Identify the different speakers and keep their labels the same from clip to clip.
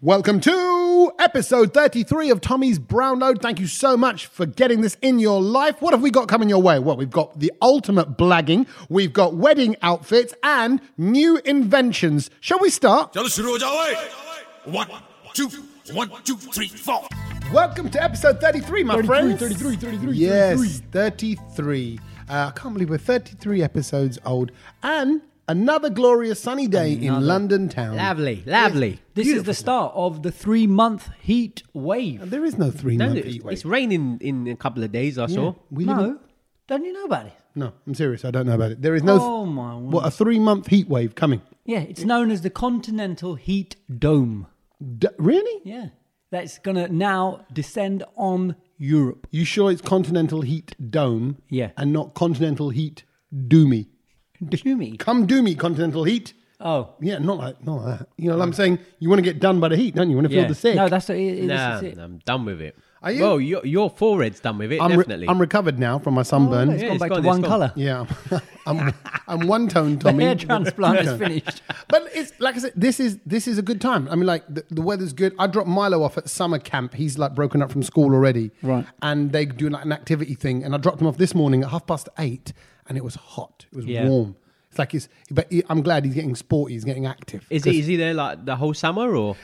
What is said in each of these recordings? Speaker 1: Welcome to episode 33 of Tommy's Brown Load. Thank you so much for getting this in your life. What have we got coming your way? Well, we've got the ultimate blagging, we've got wedding outfits, and new inventions. Shall we start?
Speaker 2: चलो शुरू हो जाओ ओए। One, two, one, two, three, four.
Speaker 1: Welcome to episode 33, my
Speaker 3: 33,
Speaker 1: friends.
Speaker 3: 33, 33,
Speaker 1: Yes, 33. Uh, I can't believe we're 33 episodes old. And another glorious sunny day in London town.
Speaker 3: Lovely, lovely.
Speaker 4: This is the start of the three month heat wave.
Speaker 1: There is no three
Speaker 5: Don't
Speaker 1: month
Speaker 5: it?
Speaker 1: heat
Speaker 5: It's,
Speaker 1: wave.
Speaker 5: it's raining in a couple of days or so.
Speaker 1: We live in-
Speaker 4: No, don't you know about it?
Speaker 1: No, I'm serious. I don't know about it. There is no.
Speaker 4: Oh, my word.
Speaker 1: What a three month heat wave coming.
Speaker 4: Yeah, it's known as the Continental Heat Dome.
Speaker 1: D- really?
Speaker 4: Yeah, that's gonna now descend on Europe.
Speaker 1: You sure it's continental heat dome?
Speaker 4: Yeah.
Speaker 1: And not continental heat doomy.
Speaker 4: Do you mean?
Speaker 1: Come doomy, continental heat.
Speaker 4: Oh,
Speaker 1: Yeah, not like not like that. You know, what I'm saying you want to get done by the heat, don't you? You want to
Speaker 4: yeah.
Speaker 1: feel the sick.
Speaker 4: No, that's it, it-
Speaker 5: Nah,
Speaker 4: this is it.
Speaker 5: I'm done with it.
Speaker 1: Are you?
Speaker 5: Well, your, your forehead's done with it,
Speaker 1: I'm, re-
Speaker 5: definitely.
Speaker 1: I'm recovered now from my sunburn.
Speaker 4: It's
Speaker 5: yeah,
Speaker 4: gone
Speaker 5: it's
Speaker 4: back
Speaker 5: gone,
Speaker 4: to
Speaker 5: it's
Speaker 4: one
Speaker 5: gone.
Speaker 4: color.
Speaker 1: Yeah, I'm I'm one tone,
Speaker 4: The
Speaker 1: Tommy.
Speaker 4: hair transplant is
Speaker 1: One-tone.
Speaker 4: finished.
Speaker 1: But it's like I said, this is this is a good time. I mean, like the, the weather's good. I dropped Milo off at summer camp. He's like broken up from school already,
Speaker 4: Right.
Speaker 1: And they do like an activity thing. And I dropped him off this morning at half past eight, and it was hot. It was
Speaker 5: Yeah.
Speaker 1: warm. It's like it's. But he, I'm glad he's getting sporty. He's getting active.
Speaker 5: is, he, is he there like the whole summer or?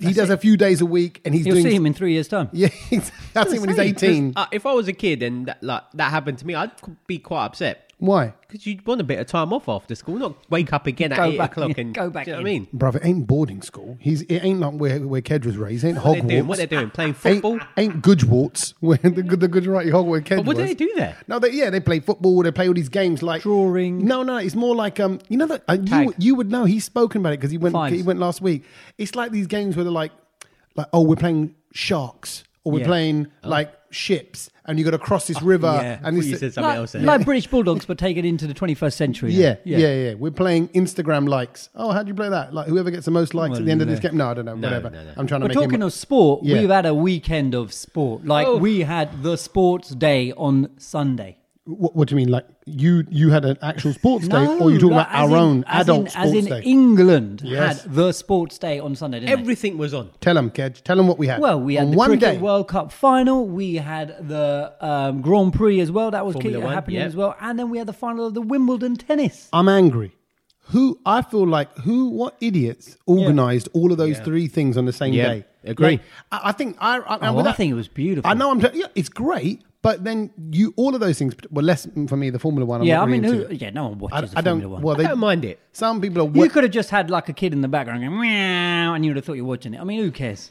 Speaker 1: he does a few days a week, and he's
Speaker 4: You'll
Speaker 1: doing.
Speaker 4: see him in three years' time.
Speaker 1: Yeah, he's- that's him when he's eighteen.
Speaker 5: Uh, if I was a kid and that, like, that happened to me, I'd c- be quite upset.
Speaker 1: Why,
Speaker 5: Because you'd want a bit of time off after school, not wake up again at
Speaker 4: Go
Speaker 5: 8
Speaker 4: back
Speaker 5: o'clock
Speaker 4: in.
Speaker 5: and
Speaker 4: Go back
Speaker 5: Do you know
Speaker 4: in.
Speaker 5: what I mean?
Speaker 1: bruv? It ain't boarding school. He's. It ain't like where where Ked was raised. It ain't
Speaker 5: What
Speaker 1: Hogwarts.
Speaker 5: they're doing, what they're doing, playing
Speaker 1: Ain't,
Speaker 5: football.
Speaker 1: ain't Goodwarts, where the, good- the Gujarati Hogwarts Ked
Speaker 5: But what do
Speaker 1: was.
Speaker 5: they do there?
Speaker 1: No, they, yeah, they play football. They play all these games like
Speaker 4: Drawing.
Speaker 1: No, no, it's more like um, you know that uh, you
Speaker 4: Tag.
Speaker 1: you would know. He's spoken about it because he went
Speaker 4: Fines.
Speaker 1: he went last week. It's like these games where they're like, like oh, we're playing sharks or we're
Speaker 4: Yeah.
Speaker 1: playing like ships, and you got to cross this river.
Speaker 4: yeah.
Speaker 1: And
Speaker 5: You
Speaker 1: this-
Speaker 5: said something
Speaker 4: Like,
Speaker 5: else there.
Speaker 4: like British Bulldogs, but taken into the 21st century. now.
Speaker 1: yeah, yeah, yeah, We're playing Instagram likes. Oh, how do you play that? Like whoever gets the most likes at the end of this game. No, I don't know. whatever.
Speaker 5: no, no.
Speaker 1: I'm trying to
Speaker 4: We're
Speaker 1: make
Speaker 4: talking
Speaker 1: him.
Speaker 4: of sport.
Speaker 1: Yeah.
Speaker 4: We've had a weekend of sport. Like
Speaker 5: Oh.
Speaker 4: we had the sports day on Sunday.
Speaker 1: What, what do you mean? Like you you had an actual sports day, or you talking
Speaker 4: no,
Speaker 1: about
Speaker 4: as
Speaker 1: our
Speaker 4: in-
Speaker 1: own
Speaker 4: as
Speaker 1: adult
Speaker 4: in,
Speaker 1: sports
Speaker 4: As in
Speaker 1: day?
Speaker 4: England
Speaker 1: Yes.
Speaker 4: had the sports day on Sunday, didn't they?
Speaker 5: Everything was on.
Speaker 1: Tell them, Kedge. Tell them what we had.
Speaker 4: Well, we had
Speaker 1: On
Speaker 4: the
Speaker 1: one
Speaker 4: Cricket
Speaker 1: day.
Speaker 4: World Cup final. We had the um, Grand Prix as well. That was
Speaker 5: Formula
Speaker 4: key-
Speaker 5: One,
Speaker 4: happening
Speaker 5: yeah.
Speaker 4: as well. And then we had the final of the Wimbledon tennis.
Speaker 1: I'm angry. Who I feel like who what idiots organised all of those three things on the same
Speaker 5: Yeah,
Speaker 1: day?
Speaker 5: agree.
Speaker 1: Like, I, I think I. I, and
Speaker 4: Oh,
Speaker 1: with
Speaker 4: I
Speaker 1: that-
Speaker 4: think it was beautiful.
Speaker 1: I know I'm. yeah, it's great, but then you all of those things. Well, less for me the Formula One. I'm
Speaker 4: yeah,
Speaker 1: not
Speaker 4: I
Speaker 1: really
Speaker 4: mean, who,
Speaker 1: into.
Speaker 4: yeah, no one watches
Speaker 1: I,
Speaker 4: the
Speaker 1: I don't.
Speaker 4: Formula One.
Speaker 1: Well, they
Speaker 5: I don't mind it.
Speaker 1: Some people are.
Speaker 4: you
Speaker 1: wa-
Speaker 4: could have just had like a kid in the background going meow, and you would have thought you're watching it. I mean, who cares?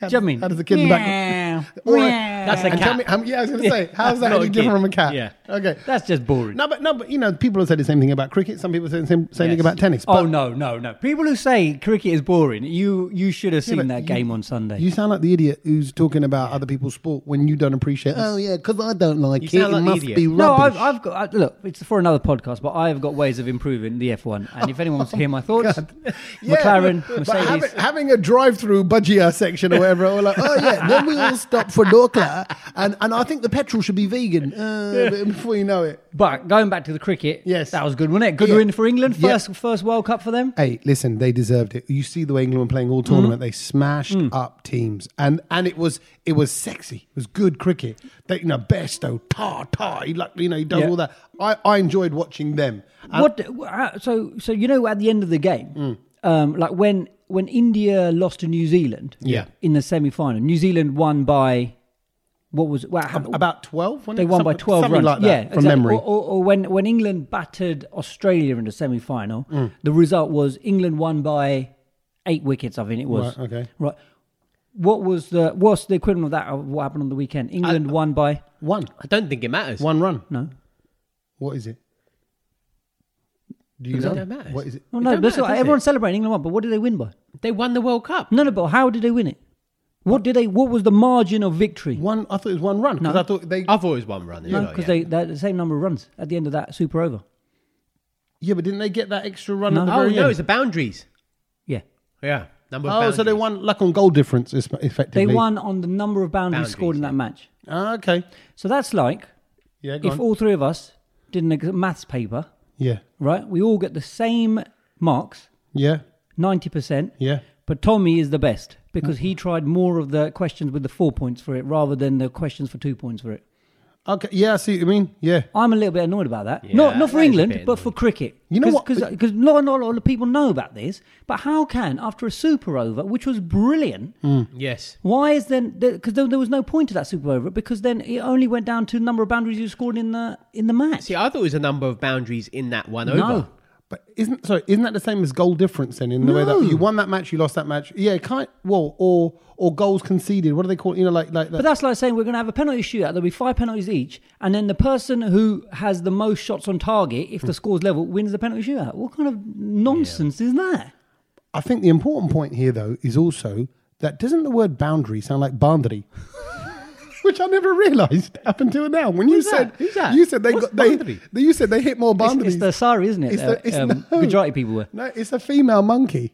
Speaker 1: How,
Speaker 4: Do you know what I mean?
Speaker 1: How does the kid in the back?
Speaker 4: Meow,
Speaker 1: All right.
Speaker 4: meow.
Speaker 5: That's a
Speaker 1: And tell
Speaker 5: cat.
Speaker 1: me- um, yeah, I was going to say, how's that
Speaker 5: Not a
Speaker 1: any different
Speaker 5: kid.
Speaker 1: from a cat?
Speaker 5: Yeah.
Speaker 1: Okay.
Speaker 4: That's just boring.
Speaker 1: no, but no, but you know, people have said the same thing about cricket. Some people say the same, same thing
Speaker 5: Yes.
Speaker 1: about tennis.
Speaker 4: Oh
Speaker 1: but-
Speaker 4: no, no, no! People who say cricket is boring, you you should have
Speaker 1: Yeah, but
Speaker 4: seen that
Speaker 1: you-
Speaker 4: game on Sunday.
Speaker 1: You sound like the idiot who's talking about other people's sport when you don't appreciate. Oh yeah, because I don't like
Speaker 5: You
Speaker 1: it.
Speaker 5: sound
Speaker 1: it
Speaker 5: like the
Speaker 1: must
Speaker 5: idiot.
Speaker 1: be
Speaker 4: no,
Speaker 1: rubbish.
Speaker 4: I've, I've got I, look. It's for another podcast, but I've got ways of improving the F1. And if anyone wants to hear my thoughts,
Speaker 1: Oh, Yeah,
Speaker 4: McLaren,
Speaker 1: but- but
Speaker 4: Mercedes,
Speaker 1: having, having a drive-through budgie section or whatever, or like, oh yeah, then we all stop for Dorkla, and and I think the petrol should be vegan. Uh, but before you know it,
Speaker 4: But going back to the cricket,
Speaker 1: Yes.
Speaker 4: that was good, wasn't it? Good
Speaker 1: Yeah.
Speaker 4: win for England,
Speaker 1: Yeah.
Speaker 4: first first World Cup for them.
Speaker 1: hey, listen, they deserved it. You see the way England were playing all tournament;
Speaker 4: Mm.
Speaker 1: they smashed up teams, and and it was it was sexy. It was good cricket. They, you know, Besto, Tar Tar, he like you know, he does
Speaker 4: Yeah.
Speaker 1: all that. I I enjoyed watching them. And
Speaker 4: what? uh, So so you know at the end of the game,
Speaker 1: Mm.
Speaker 4: um, like when when India lost to New Zealand,
Speaker 1: Yeah.
Speaker 4: in the semi final, New Zealand won by what was well, how-
Speaker 1: about twelve?
Speaker 4: They won by 12
Speaker 1: something
Speaker 4: runs.
Speaker 1: like that,
Speaker 4: yeah,
Speaker 1: from
Speaker 4: exactly.
Speaker 1: memory.
Speaker 4: Or, or, or when, when England battered Australia in the semi final,
Speaker 1: Mm.
Speaker 4: the result was England won by eight wickets, I think it was.
Speaker 1: Right, okay.
Speaker 4: Right. What was the what's the equivalent of that of what happened on the weekend? England won by
Speaker 1: One.
Speaker 5: I don't think it matters.
Speaker 1: One run.
Speaker 4: no.
Speaker 1: What is it? Do you
Speaker 5: Doesn't
Speaker 1: know?
Speaker 5: matter.
Speaker 1: What is it?
Speaker 4: No,
Speaker 5: It
Speaker 4: no,
Speaker 5: don't
Speaker 4: that's
Speaker 5: matter,
Speaker 4: not-
Speaker 5: does it?
Speaker 4: everyone's celebrating England won, but what did they win by?
Speaker 5: They won the World Cup.
Speaker 4: No, no, but how did they win it? What did they what was the margin of victory?
Speaker 1: One. I thought it was one run because I thought they.
Speaker 5: I've always won running.
Speaker 4: No,
Speaker 5: though,
Speaker 4: because they
Speaker 5: yeah.
Speaker 4: they had the same number of runs at the end of that super over.
Speaker 1: yeah, but didn't they get that extra run at the
Speaker 5: Oh,
Speaker 1: very
Speaker 5: no,
Speaker 1: end?
Speaker 5: it's the boundaries.
Speaker 4: Yeah.
Speaker 5: Yeah. Number of
Speaker 1: oh, so they
Speaker 5: boundaries.
Speaker 1: won like on goal difference, is-
Speaker 4: They
Speaker 1: effectively.
Speaker 4: won on the number of boundaries,
Speaker 5: Boundaries,
Speaker 4: scored in
Speaker 5: yeah.
Speaker 4: that match.
Speaker 1: Ah, okay.
Speaker 4: So that's like
Speaker 1: Yeah. Go
Speaker 4: if
Speaker 1: on.
Speaker 4: all three of us did a maths paper,
Speaker 1: yeah.
Speaker 4: right, we all get the same marks,
Speaker 1: Yeah.
Speaker 4: 90%,
Speaker 1: Yeah.
Speaker 4: But Tommy is the best because he tried more of the questions with the four points for it rather than the questions for two points for it.
Speaker 1: Okay, yeah, I see what you mean. Yeah.
Speaker 4: I'm a little bit annoyed about that. not not for
Speaker 5: that is a
Speaker 4: England,
Speaker 5: bit
Speaker 4: but for cricket.
Speaker 1: You know what?
Speaker 4: Because not, not a lot of people know about this. But how can after a super over, which was brilliant,
Speaker 1: Mm.
Speaker 5: Yes.
Speaker 4: why is then because there, there was no point to that super over because then it only went down to the number of boundaries you scored in the in the match.
Speaker 5: See, I thought it was a number of boundaries in that one over.
Speaker 4: no,
Speaker 1: But isn't sorry, isn't that the same as goal difference then in the way
Speaker 4: No.
Speaker 1: that you won that match, you lost that match? Yeah, kind well, or or goals conceded. What do they call it? You know, like like
Speaker 4: but that's like saying we're going to have a penalty shootout. There'll be five penalties each, and then the person who has the most shots on target,
Speaker 1: Mm.
Speaker 4: if the score's level, wins the penalty shootout. What kind of nonsense is that?
Speaker 1: I think the important point here though is also that doesn't the word boundary sound like boundary? Which I never realised up until now. When you
Speaker 5: Who's
Speaker 1: said
Speaker 5: that? Who's that?
Speaker 1: you said they
Speaker 5: What's
Speaker 1: got they,
Speaker 5: boundary?
Speaker 1: they- you said they hit more
Speaker 4: It's,
Speaker 1: boundaries.
Speaker 4: it's the sari, isn't it?
Speaker 1: It's the-
Speaker 4: Uh,
Speaker 1: it's
Speaker 4: um,
Speaker 1: no.
Speaker 4: Gujarati people were.
Speaker 1: no, it's a female monkey.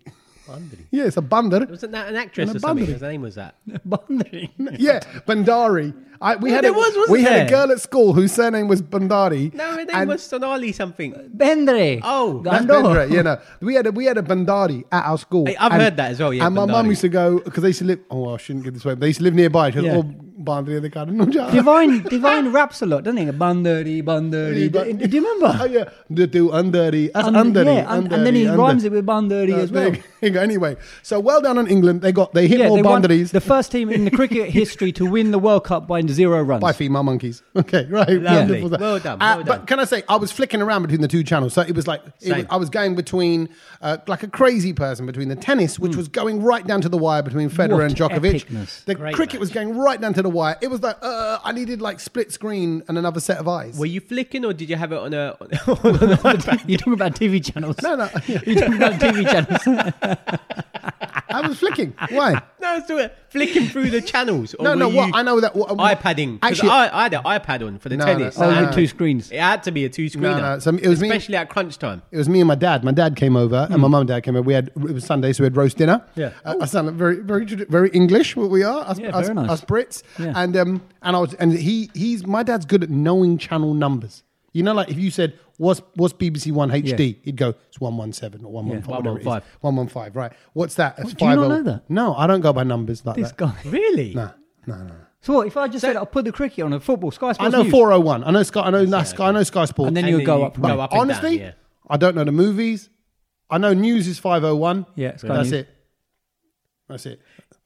Speaker 1: Yeah, it's a bandar.
Speaker 5: Wasn't that an actress
Speaker 1: And a
Speaker 5: or something?
Speaker 1: boundary.
Speaker 5: His name was that.
Speaker 4: Boundary.
Speaker 1: yeah, Bandari. I, we had
Speaker 5: there
Speaker 1: a,
Speaker 5: was, wasn't
Speaker 1: we had a
Speaker 5: there?
Speaker 1: girl at school whose surname was Bandari.
Speaker 5: No, her name
Speaker 1: and- Uh,
Speaker 5: was Sonali something.
Speaker 4: Bendre.
Speaker 5: Oh,
Speaker 1: That's
Speaker 4: Gandho.
Speaker 1: Bendra, yeah, no. We had a we had a Bandari at our school.
Speaker 5: Hey, I've heard that as well, yeah,
Speaker 1: and my mum
Speaker 5: Bandari.
Speaker 1: used to go because they used to live. Oh, I shouldn't give this away. But they used to live nearby. She was
Speaker 4: Yeah.
Speaker 1: oh, Bandari the garden.
Speaker 4: Divine, Divine raps a lot, doesn't he? Bandari, Bandari. Do, do you
Speaker 1: Oh
Speaker 4: remember?
Speaker 1: yeah, the do Andari. That's
Speaker 4: And-
Speaker 1: Andari.
Speaker 4: yeah, and- and then he rhymes it with Bandari
Speaker 1: Uh,
Speaker 4: as well.
Speaker 1: Anyway, so well done on England. They got they hit
Speaker 4: Yeah,
Speaker 1: more
Speaker 4: they won
Speaker 1: boundaries
Speaker 4: the first team in the cricket history to win the World Cup by zero runs.
Speaker 1: by female monkeys. Okay, right.
Speaker 5: Lovely.
Speaker 1: Wonderful.
Speaker 5: Well done,
Speaker 1: Uh,
Speaker 5: well
Speaker 1: But
Speaker 5: done.
Speaker 1: can I say I was flicking around between the two channels, so it was like it
Speaker 5: Same.
Speaker 1: was- I was going between uh, like a crazy person between the tennis,
Speaker 5: Hmm.
Speaker 1: which was going right down to the wire between Federer
Speaker 4: What
Speaker 1: and Djokovic.
Speaker 4: epicness.
Speaker 1: The
Speaker 5: Great
Speaker 1: cricket
Speaker 5: match.
Speaker 1: was going right down to the wire. It was like uh, I needed like split screen and another set of eyes.
Speaker 5: Were you flicking or did you have it on a. On an iPad?
Speaker 4: You're talking about TV channels.
Speaker 1: no, no,
Speaker 4: You're talking about TV channels.
Speaker 1: I was flicking. Why?
Speaker 5: no, it's doing flicking through the channels. Or
Speaker 1: No,
Speaker 5: were
Speaker 1: no. What
Speaker 5: you
Speaker 1: I know that what,
Speaker 5: iPadding.
Speaker 1: Actually,
Speaker 5: Actually, I, I had an iPad on for the
Speaker 1: No, no,
Speaker 5: tennis.
Speaker 1: no,
Speaker 5: I
Speaker 4: Oh,
Speaker 5: had
Speaker 4: with two screens.
Speaker 5: It had to be a two screener.
Speaker 1: No, no, so it was me-
Speaker 5: especially at crunch time.
Speaker 1: It was me and my dad. My dad came over, and my mum and dad came over. We had it was Sunday, so we had roast dinner.
Speaker 4: Hmm. Yeah.
Speaker 1: uh, I sound very, very, tradi- very English. What we are, us,
Speaker 4: Yeah,
Speaker 1: us,
Speaker 4: very nice.
Speaker 1: us Brits.
Speaker 4: Yeah.
Speaker 1: And um, and I was, and he, he's my dad's good at knowing channel numbers. You know, like if you said what's what's BBC One HD,
Speaker 4: Yeah.
Speaker 1: he'd go it's one one seven or one one five.
Speaker 5: 115.
Speaker 1: One one five. Right. What's that? That's
Speaker 4: do you
Speaker 1: 50.
Speaker 4: not know that?
Speaker 1: No, I don't go by numbers like
Speaker 4: this
Speaker 1: that.
Speaker 4: guy.
Speaker 5: Really?
Speaker 1: No, no, no.
Speaker 4: So what, if I just said I'll put the cricket on a football, Sky
Speaker 1: I
Speaker 4: Sports
Speaker 1: know
Speaker 4: News,
Speaker 1: four oh one. I know Sky. I know Sky. I know Sky Sports.
Speaker 4: and then
Speaker 5: And
Speaker 4: you
Speaker 5: then
Speaker 4: go
Speaker 5: you
Speaker 4: up.
Speaker 5: go
Speaker 4: one.
Speaker 5: up. and
Speaker 1: Honestly,
Speaker 5: down, yeah.
Speaker 1: I don't know the movies. I know news is 501.
Speaker 4: Yeah, Sky
Speaker 1: that's
Speaker 4: News.
Speaker 1: it. That's it.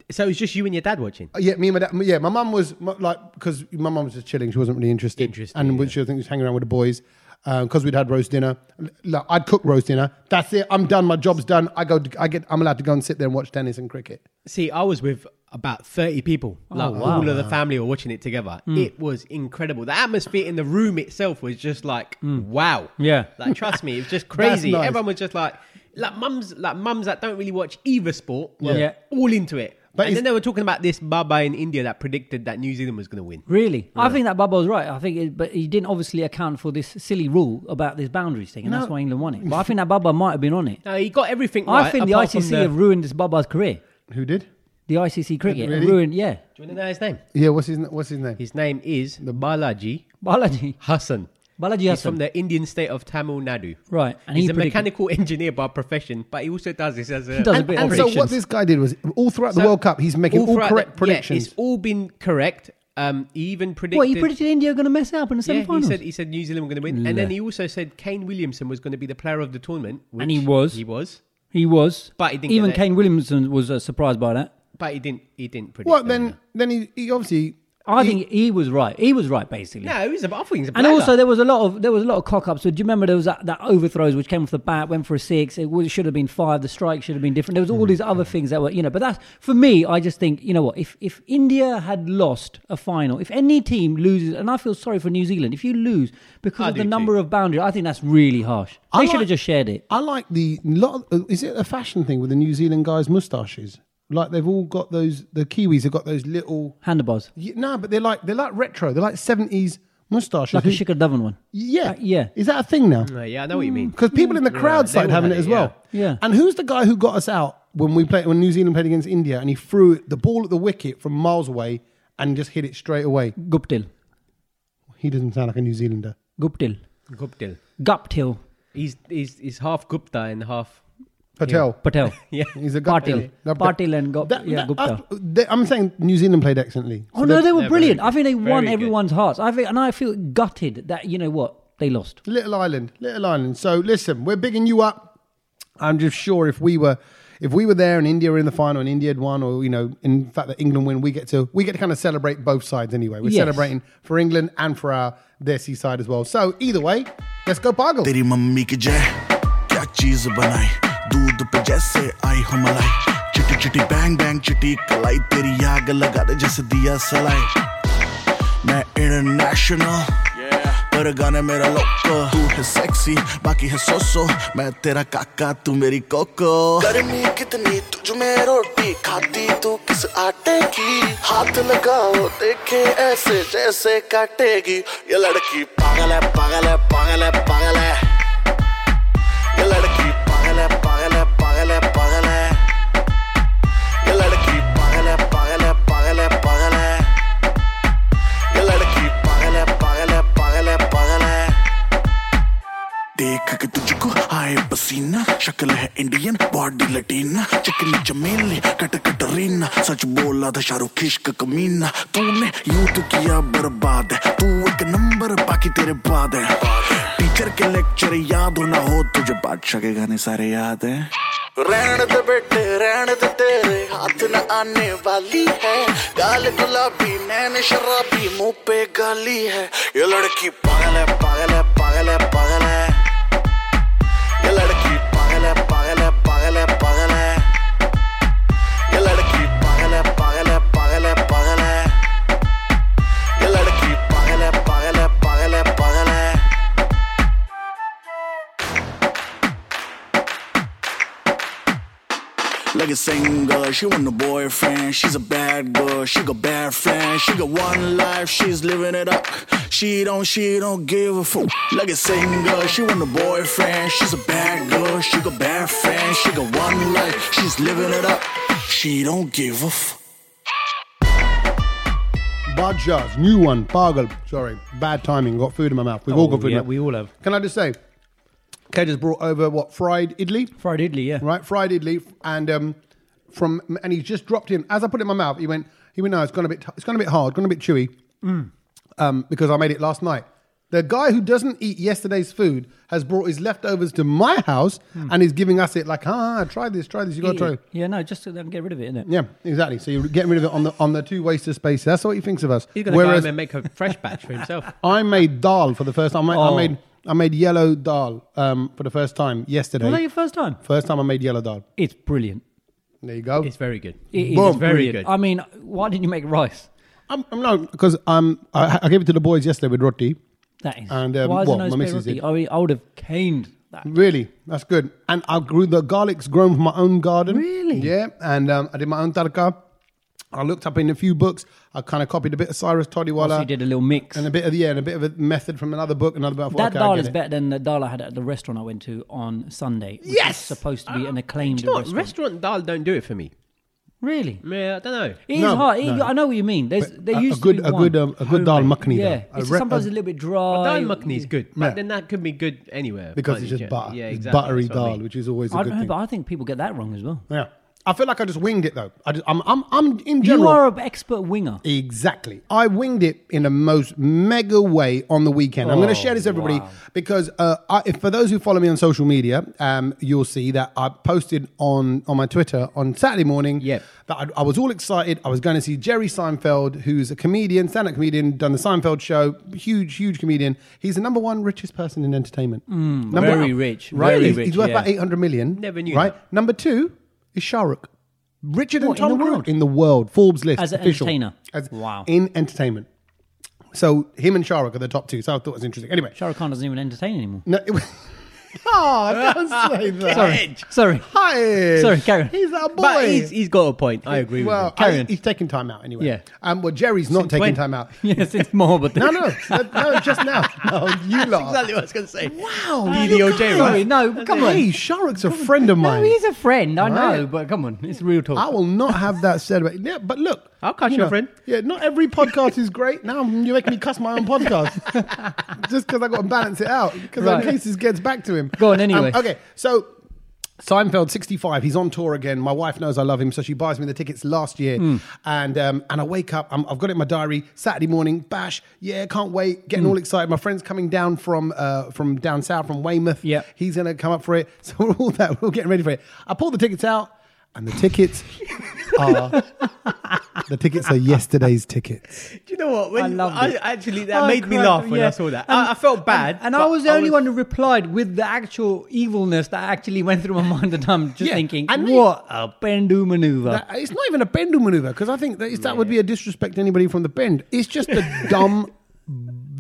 Speaker 5: So it's just you and your dad watching.
Speaker 1: Uh, Yeah, me and my dad. Yeah, my mum was my- like because my mum was just chilling. She wasn't really interested.
Speaker 5: Interested,
Speaker 1: and she I think was hanging around with the boys because we'd had roast dinner. L- Like, I'd cook roast dinner. That's it. I'm done. My job's done. I go. To, I get. I'm allowed to go and sit there and watch tennis and cricket.
Speaker 5: See, I was with about 30 people.
Speaker 4: Oh,
Speaker 5: like all of the family were watching it together.
Speaker 4: Hmm.
Speaker 5: It was incredible. The atmosphere in the room itself was just like, wow.
Speaker 4: Hmm. Yeah.
Speaker 5: Like, trust me, it was just crazy.
Speaker 1: nice.
Speaker 5: Everyone was just like, like mums, like mums that don't really watch either sport were
Speaker 4: Yeah.
Speaker 5: all into it.
Speaker 1: But
Speaker 5: But and
Speaker 1: is-
Speaker 5: then they were talking about this Baba in India that predicted that New Zealand was going to win.
Speaker 4: Really, I think that Bubba was right. I think, it, but he didn't obviously account for this silly rule about this boundaries thing, and that's
Speaker 1: No.
Speaker 4: why England won it. But I think that Bubba might have been on it.
Speaker 5: No, he got everything right.
Speaker 4: I think the
Speaker 5: apart from
Speaker 4: ICC have ruined this Bubba's career.
Speaker 1: Who did?
Speaker 4: The ICC cricket
Speaker 1: Really?
Speaker 4: ruined, yeah.
Speaker 5: Do you want to know his name?
Speaker 1: Yeah. What's his? What's his name?
Speaker 5: His name is Balaji
Speaker 4: Balaji,
Speaker 5: Hassan.
Speaker 4: Balaji
Speaker 5: He's
Speaker 4: Hassan,
Speaker 5: from the Indian state of Tamil Nadu.
Speaker 4: right? And
Speaker 5: He's
Speaker 4: he
Speaker 5: a
Speaker 4: predicted-
Speaker 5: mechanical engineer by profession, but he also does this as a.
Speaker 4: does a
Speaker 1: And,
Speaker 4: bit
Speaker 1: and
Speaker 4: of
Speaker 1: so what
Speaker 4: predictions.
Speaker 1: this guy did was all throughout the
Speaker 5: So,
Speaker 1: World Cup, he's making all,
Speaker 5: throughout
Speaker 1: correct
Speaker 5: the-
Speaker 1: predictions.
Speaker 5: Yeah, it's all been correct. Um, he even predicted.
Speaker 4: What he predicted India going to mess it up in the
Speaker 5: Yeah, he
Speaker 4: semi-finals.
Speaker 5: said he said New Zealand were going to win, and then he also said Kane Williamson was going to be the player of the tournament, which
Speaker 4: And he was.
Speaker 5: He was,
Speaker 4: He was,
Speaker 5: But he didn't
Speaker 4: even
Speaker 5: get it.
Speaker 4: Kane Williamson was uh, surprised by that.
Speaker 5: but he didn't. He didn't predict.
Speaker 1: well,
Speaker 5: them.
Speaker 1: then, then he, he obviously.
Speaker 4: I think he was right. He was right basically.
Speaker 5: no, he's a. I think he's a
Speaker 4: And
Speaker 5: blackguard.
Speaker 4: also, there was a lot of there was a lot of cock ups. So do you remember there was that, that overthrows which came off the bat, went for a six. It, was, should have been five. The strike should have been different. There was all
Speaker 5: Mm.
Speaker 4: these other things that were you know. But that's for me. I just think you know what if if India had lost a final, if any team loses, and I feel sorry for New Zealand if you lose because
Speaker 5: I
Speaker 4: of
Speaker 5: do
Speaker 4: the number
Speaker 5: too.
Speaker 4: of boundaries. I think that's really harsh. They
Speaker 1: I
Speaker 4: should
Speaker 1: like-
Speaker 4: have just shared it.
Speaker 1: I like the lot. Of, uh, is it a fashion thing with the New Zealand guys' mustaches? Like they've all got those. The Kiwis have got those little.
Speaker 4: Handlebars,
Speaker 1: y- No, but they're like they're like retro. They're like seventies mustaches.
Speaker 4: like a
Speaker 1: Who-
Speaker 4: Shikhar Dhawan one.
Speaker 1: yeah,
Speaker 4: uh, yeah.
Speaker 1: Is that a thing now?
Speaker 5: No, yeah, I know what you mean.
Speaker 1: Because people in the crowd
Speaker 5: they
Speaker 1: started
Speaker 5: all
Speaker 1: having it
Speaker 5: had
Speaker 1: as
Speaker 5: it,
Speaker 1: well.
Speaker 4: yeah. Yeah.
Speaker 1: And who's the guy who got us out when we played when New Zealand played against India and he threw the ball at the wicket from miles away and just hit it straight away?
Speaker 4: Guptil,
Speaker 1: He doesn't sound like a New Zealander.
Speaker 4: Guptil,
Speaker 5: Guptil.
Speaker 4: Guptil.
Speaker 5: He's he's he's half Gupta and half
Speaker 1: Patel.
Speaker 4: Patel.
Speaker 5: Yeah.
Speaker 1: He's a good
Speaker 4: Patil.
Speaker 1: player.
Speaker 4: Patil and Gop-
Speaker 1: That-
Speaker 4: yeah,
Speaker 1: that-
Speaker 4: Gupta.
Speaker 1: uh, they- I'm saying New Zealand played excellently. So
Speaker 4: Oh no, they
Speaker 1: they're-
Speaker 4: were
Speaker 5: very
Speaker 4: brilliant.
Speaker 5: good.
Speaker 4: I think they
Speaker 5: Very
Speaker 4: won
Speaker 5: good.
Speaker 4: everyone's hearts. I think, and I feel gutted that you know what they lost.
Speaker 1: Little Island, Little Island. So listen, we're bigging you up. I'm just sure if we were, if we were there and India were in the final and India had won, or you know, in fact that England win, we get to we get to kind of celebrate both sides anyway. We're
Speaker 4: Yes.
Speaker 1: celebrating for England and for our their sea side as well. So either way, let's go Pargle.
Speaker 3: तेरी mummy की जय क्या चीज बनाई दूध पे जैसे आई हो मलाई चिटी चिटी बैंग बैंग चिटी कलाई तेरी आग लगा दे जैसे दिया सलाई मैं इंटरनेशनल पर गाने मेरा लोको तू है सेक्सी बाकी है सोसो मैं तेरा काका तू मेरी कोको गर्मी कितनी तुझ में रोटी खाती तू किस आटे की हाथ लगाओ देखे ऐसे जैसे काटेगी ये लड़की पागल है पागल है पागल है पागल है ये लड़की पागल है पागल है पागल है पागल है ये लड़की पागल है पागल है पागल है पागल है ये लड़की पागल है पागल है पागल है पागल है देख के तुझको आए पसीना शक्ल है इंडियन बॉडी लटीना चिकनी चमेली कट कट रीना सच बोला था शाहरुख इश्क कमीना तूने यूथ किया बर्बाद है तू एक नंबर बाकी तेरे बाद है टीचर के लेक्चर याद होना हो तुझे बादशाह के गाने सारे याद हैं रहन दे बेटे रहन दे तेरे हाथ न आने वाली है गाल गुलाबी नैन शराबी मुंह पे गाली है ये लड़की पागल है पागल है पागल है पागल है ये लड़की पागल है पागल है पागल है पागल है ये लड़की पागल है पागल है पागल है पागल है ये लड़की पागल है पागल है पागल है पागल है like a single. She want a boyfriend. She's a bad girl. She got bad friends. She got one life. She's living it up. She don't, she don't give a fuck. Like a single. She want a boyfriend. She's a bad girl. She got bad friends. She got one life. She's living it up. She don't give a fuck.
Speaker 1: Bajaj, new one, Pargle. Sorry, bad timing. Got food in my mouth. We've all got food. in
Speaker 5: Oh, yeah,
Speaker 1: our mouth.
Speaker 5: we all have.
Speaker 1: Can I just say, Kej has brought over what fried idli.
Speaker 4: Fried Italy, yeah.
Speaker 1: right? Fried idli, and um, from and he just dropped in. As I put it in my mouth, he went, he went, no, it's gone a bit, it's gone a bit hard, gone a bit chewy, um, because I made it last night. The guy who doesn't eat yesterday's food has brought his leftovers to my house and is giving us it like, ah, try this, try this, you got to
Speaker 4: Eat
Speaker 1: try.
Speaker 4: it. Yeah, no, just to then get rid of it, innit?
Speaker 1: Yeah, exactly. So you're getting rid of it on the on the two waster space. That's what he thinks of us.
Speaker 5: He's going to go home and make a fresh batch for himself.
Speaker 1: I made dal for the first time. I made,
Speaker 4: Oh.
Speaker 1: I made I made yellow dal um, for the first time yesterday.
Speaker 4: Was that your first time?
Speaker 1: First time I made yellow dal.
Speaker 4: It's brilliant.
Speaker 1: There you go.
Speaker 5: It's very good.
Speaker 4: It is
Speaker 1: Boom.
Speaker 4: brilliant.
Speaker 5: Very good.
Speaker 4: I mean, why didn't you make rice?
Speaker 1: I'm, I'm not because um, I, I gave it to the boys yesterday with roti.
Speaker 4: That is.
Speaker 1: And, um,
Speaker 4: why is
Speaker 1: what,
Speaker 4: there no
Speaker 1: my
Speaker 4: spare
Speaker 1: missus
Speaker 4: roti?
Speaker 1: did.
Speaker 4: I, mean, I would have caned that.
Speaker 1: Really, that's good. And I grew the garlic's grown from my own garden.
Speaker 4: Really?
Speaker 1: Yeah. And um, I did my own tarka. I looked up in a few books. I kind of copied a bit of Cyrus
Speaker 4: So
Speaker 1: Toddywaller
Speaker 4: you did a little mix.
Speaker 1: and a bit of yeah, and a bit of a method from another book, another book. I thought,
Speaker 4: That
Speaker 1: okay, I
Speaker 4: dal
Speaker 1: get
Speaker 4: is
Speaker 1: it.
Speaker 4: better than the dal I had at the restaurant I went to on Sunday. Which
Speaker 1: Yes! Ah,
Speaker 4: is supposed to be an acclaimed
Speaker 5: Do you know what?
Speaker 4: restaurant.
Speaker 5: Restaurant dal don't do it for me.
Speaker 4: Really?
Speaker 5: Yeah, I don't know.
Speaker 4: It is
Speaker 1: No,
Speaker 4: hard. It-
Speaker 1: no.
Speaker 4: I know what you mean. There's there
Speaker 1: a, a
Speaker 4: used
Speaker 1: good,
Speaker 4: to be
Speaker 1: a
Speaker 4: one.
Speaker 1: good, um, a good dal makhni.
Speaker 4: yeah,
Speaker 1: though. A
Speaker 4: it's
Speaker 1: re-
Speaker 4: sometimes
Speaker 1: a-
Speaker 4: a little bit
Speaker 5: Well,
Speaker 4: dry.
Speaker 5: dal makhni is good,
Speaker 1: Yeah.
Speaker 5: but then that could be good anywhere.
Speaker 1: because
Speaker 5: can't
Speaker 1: it's
Speaker 5: you,
Speaker 1: just
Speaker 5: Jen?
Speaker 1: butter.
Speaker 5: Yeah,
Speaker 1: It's
Speaker 5: exactly.
Speaker 1: buttery
Speaker 5: That's what I
Speaker 1: dal,
Speaker 5: mean.
Speaker 1: which is always a
Speaker 4: I
Speaker 1: good
Speaker 4: don't know,
Speaker 1: thing.
Speaker 4: but I think people get that wrong as well.
Speaker 1: yeah, I feel like I just winged it though. I just, I'm, I'm, I'm in general.
Speaker 4: You are an expert winger.
Speaker 1: Exactly. I winged it in the most mega way on the weekend. I'm going to
Speaker 4: Oh,
Speaker 1: share this everybody
Speaker 4: wow.
Speaker 1: because uh, I, if, for those who follow me on social media, um, you'll see that I posted on on my Twitter on Saturday morning.
Speaker 5: Yep.
Speaker 1: That I, I was all excited. I was going to see Jerry Seinfeld, who's a comedian, stand-up comedian, done the Seinfeld show, huge, huge comedian. He's the number one richest person in entertainment. number
Speaker 5: Hmm, very rich,
Speaker 1: right?
Speaker 5: very
Speaker 1: he's,
Speaker 5: rich,
Speaker 1: he's worth about
Speaker 5: yeah.
Speaker 1: 800 million.
Speaker 5: Never knew
Speaker 1: Right.
Speaker 5: that.
Speaker 1: Number two is Shahrukh. Richer than
Speaker 4: What, in
Speaker 1: Tom
Speaker 4: the
Speaker 1: Cruise
Speaker 4: world?
Speaker 1: in the world. Forbes list
Speaker 4: As an
Speaker 1: official.
Speaker 4: entertainer?
Speaker 1: As-
Speaker 4: Wow.
Speaker 1: In entertainment. So him and Shahrukh are the top two. So I thought it was interesting. Anyway.
Speaker 4: Shah Rukh Khan doesn't even entertain anymore.
Speaker 1: No, it was- oh, don't say that.
Speaker 4: Sorry, sorry.
Speaker 1: Hi.
Speaker 4: Sorry, Karen.
Speaker 1: He's our boy.
Speaker 5: But he's, he's got a point. I agree
Speaker 1: well,
Speaker 5: with
Speaker 1: I,
Speaker 4: Karen.
Speaker 1: he's taking time out anyway.
Speaker 4: Yeah.
Speaker 1: Um, well, Jerry's not taking
Speaker 5: when?
Speaker 1: time out.
Speaker 4: Yes, it's more, but
Speaker 1: No, no, no, no, just now. No, you
Speaker 5: you.
Speaker 1: lot.
Speaker 5: what I was going to say.
Speaker 1: Wow.
Speaker 5: Needy
Speaker 1: you
Speaker 5: old Jerry.
Speaker 1: guys.
Speaker 4: Sorry, no, come on.
Speaker 1: Hey, Shahruk's a friend of mine.
Speaker 4: No, he's a friend. I
Speaker 1: Right.
Speaker 4: know, but come on, it's real talk.
Speaker 1: I will not have that said about yeah, but look.
Speaker 5: I'll cuss
Speaker 1: you
Speaker 5: your friend.
Speaker 1: Yeah, not every podcast is great. Now you make me cuss my own podcast. Just because i got to balance it out. Because
Speaker 4: Right.
Speaker 1: in case this gets back to him.
Speaker 4: Go on anyway.
Speaker 1: okay, so Seinfeld 65. He's on tour again. My wife knows I love him, so she buys me the tickets last year. And um, and I wake up. i I've got it in my diary. Saturday morning, bash. Yeah, can't wait. Getting all excited. My friend's coming down from uh, from down south from Weymouth.
Speaker 4: Yeah.
Speaker 1: he's gonna come up for it. So we're all that. We're all getting ready for it. I pull the tickets out, and the tickets are the tickets are yesterday's tickets.
Speaker 5: Do you know what? When,
Speaker 4: I loved it.
Speaker 5: actually, that
Speaker 4: Oh,
Speaker 5: made me
Speaker 4: crap,
Speaker 5: laugh when
Speaker 4: yeah.
Speaker 5: I saw that.
Speaker 4: And-
Speaker 5: I, I felt bad,
Speaker 4: And, and I
Speaker 5: but
Speaker 4: was the only one who replied with the actual evilness that actually went through my mind. And I'm just
Speaker 1: Yeah,
Speaker 4: thinking,
Speaker 1: and they-
Speaker 4: what a bendu maneuver.
Speaker 1: That- it's not even a bendel maneuver because I think that, is, that would be a disrespect to anybody from the bend. It's just a dumb,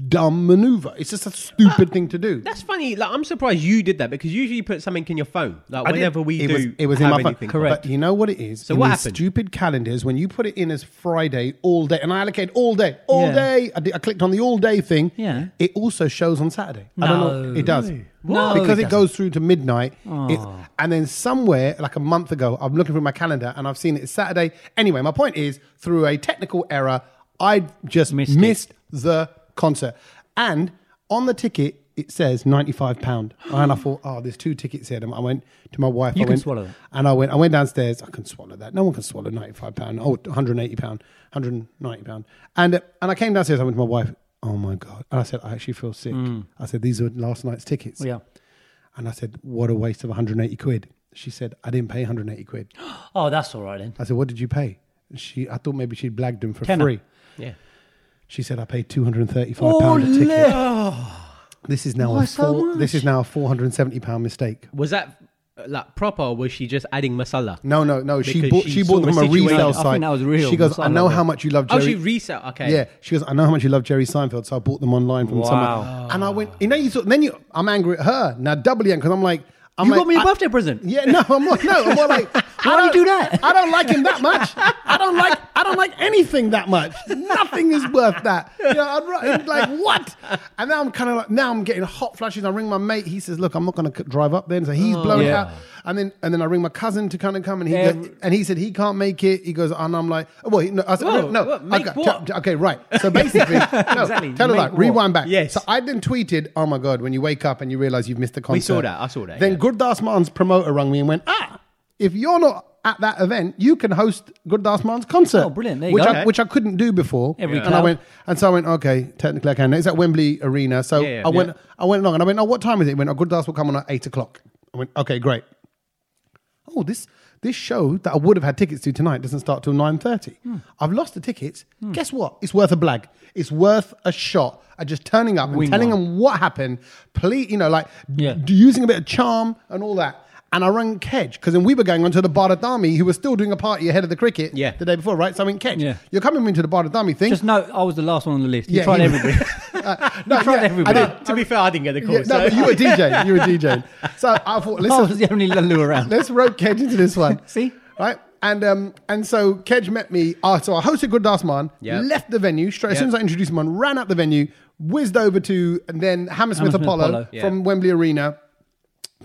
Speaker 1: dumb maneuver. It's just a stupid thing to do.
Speaker 5: That's funny. Like I'm surprised you did that because usually you put something in your phone. Like
Speaker 1: I did-
Speaker 5: whenever we
Speaker 1: it
Speaker 5: do,
Speaker 1: was, it was in
Speaker 5: have
Speaker 1: my phone.
Speaker 5: anything.
Speaker 4: Correct.
Speaker 1: But you know what it is?
Speaker 5: So
Speaker 1: in
Speaker 5: what
Speaker 1: these
Speaker 5: happened?
Speaker 1: Stupid calendars. When you put it in as Friday all day, and I allocate all day, all
Speaker 4: Yeah.
Speaker 1: day. I, did, I clicked on the all day thing.
Speaker 4: Yeah.
Speaker 1: It also shows on Saturday. I don't know.
Speaker 4: No.
Speaker 1: It does.
Speaker 4: No,
Speaker 1: because
Speaker 4: it
Speaker 1: it, goes through to midnight.
Speaker 4: Oh.
Speaker 1: It, and then somewhere, like a month ago, I'm looking through my calendar and I've seen it's Saturday. Anyway, my point is, through a technical error, I just
Speaker 4: Missed
Speaker 1: missed,
Speaker 4: it.
Speaker 1: the concert. And on the ticket, it says £95. and I thought, oh, there's two tickets here. And I went to my wife.
Speaker 4: You
Speaker 1: I
Speaker 4: can
Speaker 1: went-
Speaker 4: swallow that.
Speaker 1: and I went, I went downstairs. I can swallow that. No one can swallow ninety five pound. Oh, one hundred eighty pound, one hundred ninety pound. And uh, and I came downstairs. I went to my wife. Oh my god! And I said, I actually feel sick. I said these are last night's tickets.
Speaker 4: Mm. yeah.
Speaker 1: And I said, what a waste of one hundred eighty quid. She said, I didn't pay one hundred eighty quid.
Speaker 4: Oh, that's all right then.
Speaker 1: I said, what did you pay? She, I thought maybe she'd blagged them for
Speaker 4: Tenner.
Speaker 1: free.
Speaker 5: Yeah.
Speaker 1: She said, I paid two hundred and thirty five pound a ticket.
Speaker 4: le-
Speaker 1: This is now
Speaker 4: Why
Speaker 1: a
Speaker 4: so
Speaker 1: four,
Speaker 4: much?
Speaker 1: this is now a four hundred and seventy pound mistake.
Speaker 5: Was that uh, like proper, or was she just adding masala?
Speaker 1: No, no, no. she
Speaker 5: Because
Speaker 1: bought.
Speaker 5: she
Speaker 1: She, bought
Speaker 5: saw
Speaker 1: them
Speaker 5: the
Speaker 1: from a resale
Speaker 5: situation. I
Speaker 1: site.
Speaker 4: think that was real.
Speaker 1: She goes,
Speaker 4: So I
Speaker 1: I know
Speaker 4: love
Speaker 1: how
Speaker 4: that.
Speaker 1: much you love
Speaker 5: Oh,
Speaker 1: Jerry.
Speaker 5: she resell. Okay.
Speaker 1: Yeah, she goes. I know how much you love Jerry Seinfeld, so I bought them online from
Speaker 4: Wow.
Speaker 1: someone. And I went, you know, you thought. Then you, I'm angry at her now, doubly angry because I'm like, I'm
Speaker 4: You
Speaker 1: like,
Speaker 4: got me a
Speaker 1: I-
Speaker 4: birthday present.
Speaker 1: Yeah, no, I'm more, no, I'm more like,
Speaker 4: Why do
Speaker 1: don't-
Speaker 4: you do that?
Speaker 1: I don't like him that much. I don't like, I don't like anything that much. Nothing is worth that. You know, I'd rather, like what? And now I'm kind of like, now I'm getting hot flashes. I ring my mate. He says, look, I'm not going to drive up then. So he's
Speaker 5: Oh.
Speaker 1: blown
Speaker 4: Yeah.
Speaker 1: out. And then, and then I ring my cousin to kind of come, and he
Speaker 4: Every-
Speaker 1: goes- and he said he can't make it. He goes, and I'm like, oh, well, he- no, I said,
Speaker 5: Whoa,
Speaker 1: no,
Speaker 5: what? Make
Speaker 1: okay,
Speaker 5: what?
Speaker 1: t- okay, right. So basically, no,
Speaker 4: Exactly,
Speaker 1: tell her
Speaker 4: make
Speaker 1: that.
Speaker 4: what?
Speaker 1: Rewind back.
Speaker 5: Yes.
Speaker 1: So I then tweeted, oh my god, when you wake up and you realize you've missed the concert.
Speaker 5: saw that, I saw that,
Speaker 1: Then
Speaker 5: yeah.
Speaker 1: Gurdas Man's promoter rang me and went, ah, if you're not at that event, you can host Gurdas Man's concert.
Speaker 4: Oh, brilliant. There you
Speaker 1: which
Speaker 4: go.
Speaker 1: I, which I couldn't do before.
Speaker 4: Every
Speaker 1: and I
Speaker 4: club.
Speaker 1: went, and so I went, okay, technically I can. It's at Wembley Arena. So
Speaker 5: Yeah, yeah,
Speaker 1: I went,
Speaker 5: yeah.
Speaker 1: I went along and I went, oh, what time is it? He went, oh, Gurdas will come on at eight o'clock. I went, okay, great. Oh, this this show that I would have had tickets to tonight doesn't start till nine thirty.
Speaker 4: Hmm.
Speaker 1: I've lost the tickets. Guess what? It's worth a blag. It's worth a shot at just turning up
Speaker 4: Wing
Speaker 1: and telling
Speaker 4: one.
Speaker 1: them what happened. Please, you know, like
Speaker 4: Yeah.
Speaker 1: d- using a bit of charm and all that. And I rang Kedge because then we were going on to the Baradami, who were still doing a party ahead of the cricket
Speaker 5: Yeah.
Speaker 1: the day before, right? So I went, Kedge,
Speaker 4: Yeah.
Speaker 1: you're coming into the Baradami thing.
Speaker 4: Just know I was the last one on the list. You
Speaker 1: Yeah,
Speaker 4: tried
Speaker 1: he-
Speaker 4: everybody.
Speaker 1: Uh, no,
Speaker 4: You tried
Speaker 1: yeah,
Speaker 4: everybody.
Speaker 1: I did.
Speaker 5: To be fair, I didn't get the call.
Speaker 1: Yeah, no,
Speaker 5: so-
Speaker 1: but you were DJing. You were DJing. So I thought,
Speaker 4: I
Speaker 1: listen,
Speaker 4: was the only Lulu around.
Speaker 1: Let's rope Kedge into this one.
Speaker 4: See?
Speaker 1: Right? And um, and so Kedge met me. Uh, so I hosted Gurdas Man,
Speaker 5: Yeah.
Speaker 1: left the venue straight as
Speaker 5: Yeah.
Speaker 1: soon as I introduced him on, ran up the venue, whizzed over to and then Hammersmith,
Speaker 4: Hammersmith
Speaker 1: Apollo,
Speaker 4: Apollo.
Speaker 5: Yeah.
Speaker 1: from Wembley Arena.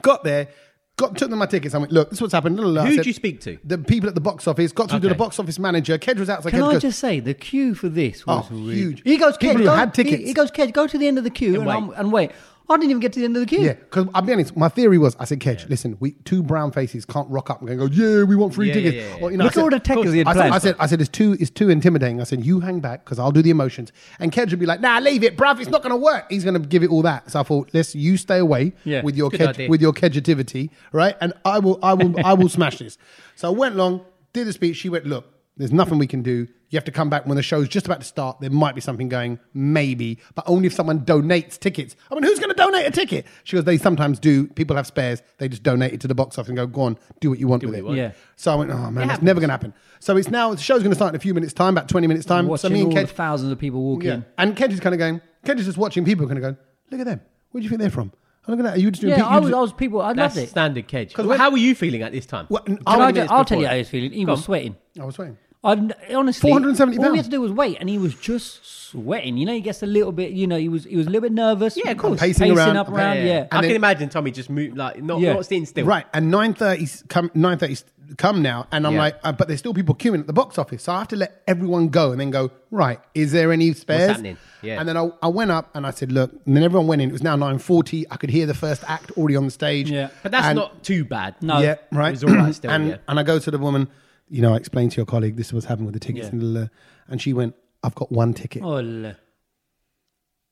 Speaker 1: Got there, got took them my tickets. I went, look, this is what's happened. Who
Speaker 5: Who'd you speak to?
Speaker 1: The people at the box office. Got through to
Speaker 5: Okay.
Speaker 1: the box office manager. Kedge was outside.
Speaker 4: Can
Speaker 1: Kedge
Speaker 4: I
Speaker 1: goes,
Speaker 4: just say the queue for this was
Speaker 1: Oh,
Speaker 4: really-
Speaker 1: huge.
Speaker 4: He goes,
Speaker 1: People
Speaker 4: Kedge,
Speaker 1: who
Speaker 4: go,
Speaker 1: had tickets.
Speaker 4: He, he goes, Kedge, go to the end of the queue and,
Speaker 5: wait.
Speaker 4: I'm- and wait. I didn't even get to the end of the queue.
Speaker 1: Yeah, because I'll be honest. My theory was, I said, Kedge, listen, we two brown faces can't rock up and go, yeah, we want free
Speaker 5: Yeah, yeah,
Speaker 1: tickets.
Speaker 5: yeah, yeah.
Speaker 1: Or, you know,
Speaker 4: Look
Speaker 1: I
Speaker 4: at all
Speaker 1: said-
Speaker 4: the techers he had
Speaker 1: I said,
Speaker 4: planned.
Speaker 1: I said, I said, it's too, it's too intimidating. I said, you hang back because I'll do the emotions. And Kedge would be like, nah, leave it, bruv. It's not going to work. He's going to give it all that. So I thought, let's you stay away
Speaker 4: Yeah,
Speaker 1: with your
Speaker 5: good
Speaker 1: Kedge,
Speaker 5: idea.
Speaker 1: with your Kedgetivity, right? And I will, I will, I will smash this. So I went along, did the speech. She went, look, there's nothing we can do. You have to come back when the show's just about to start. There might be something going, maybe, but only if someone donates tickets. I mean, who's going to donate a ticket? She goes, they sometimes do. People have spares. They just donate it to the box office and go, go on, do what you want with it.
Speaker 4: want. Yeah.
Speaker 1: So I went, oh man, it's never going to happen. So it's now the show's going to start in a few minutes' time, about twenty minutes' time.
Speaker 4: Watching
Speaker 1: so me and
Speaker 4: all
Speaker 1: Kedge,
Speaker 4: the thousands of people walking.
Speaker 1: yeah, and Kedge is kind of going. Kedge is just watching people, kind of going, look at them. Where do you think they're from? Oh, look at that. Are you just doing?
Speaker 4: Yeah,
Speaker 1: people-
Speaker 4: I
Speaker 1: you
Speaker 4: was,
Speaker 1: just-
Speaker 4: I was people. I
Speaker 5: That's
Speaker 4: loved it.
Speaker 5: standard Kedge.
Speaker 1: when-
Speaker 5: How were you feeling at this time?
Speaker 1: Well, n-
Speaker 4: Can
Speaker 1: I
Speaker 4: I
Speaker 1: was-
Speaker 4: just, I'll tell you how he was feeling. He was sweating.
Speaker 1: I was waiting.
Speaker 4: I honestly
Speaker 1: 470
Speaker 4: All we had
Speaker 1: pounds.
Speaker 4: to do was wait, and he was just sweating. You know, he gets a little bit. You know, he was he was a little bit nervous.
Speaker 5: Yeah, of course.
Speaker 1: Pacing around.
Speaker 4: up around.
Speaker 1: Yeah,
Speaker 4: Yeah,
Speaker 1: yeah, yeah.
Speaker 5: I
Speaker 1: And
Speaker 5: can
Speaker 1: then-
Speaker 5: imagine Tommy just move like not
Speaker 4: Yeah.
Speaker 5: not standing still.
Speaker 1: Right, and nine thirty come nine thirty come now, and I'm
Speaker 5: Yeah.
Speaker 1: like, uh, but there's still people queuing at the box office, so I have to let everyone go and then go. Right, is there any spares?
Speaker 5: happening? Yeah.
Speaker 1: And then I, I went up and I said, look, and then everyone went in. It was now nine forty. I could hear the first act already on the stage.
Speaker 4: Yeah.
Speaker 5: But that's
Speaker 1: And-
Speaker 5: not too bad.
Speaker 4: No.
Speaker 1: yeah, right.
Speaker 5: It was all right still,
Speaker 1: and
Speaker 5: yeah.
Speaker 1: and I go to the woman. You know, I explained to your colleague this was happening with the tickets,
Speaker 4: Yeah.
Speaker 1: and, blah, blah, blah. and she went, I've got one ticket.
Speaker 4: Oh, l-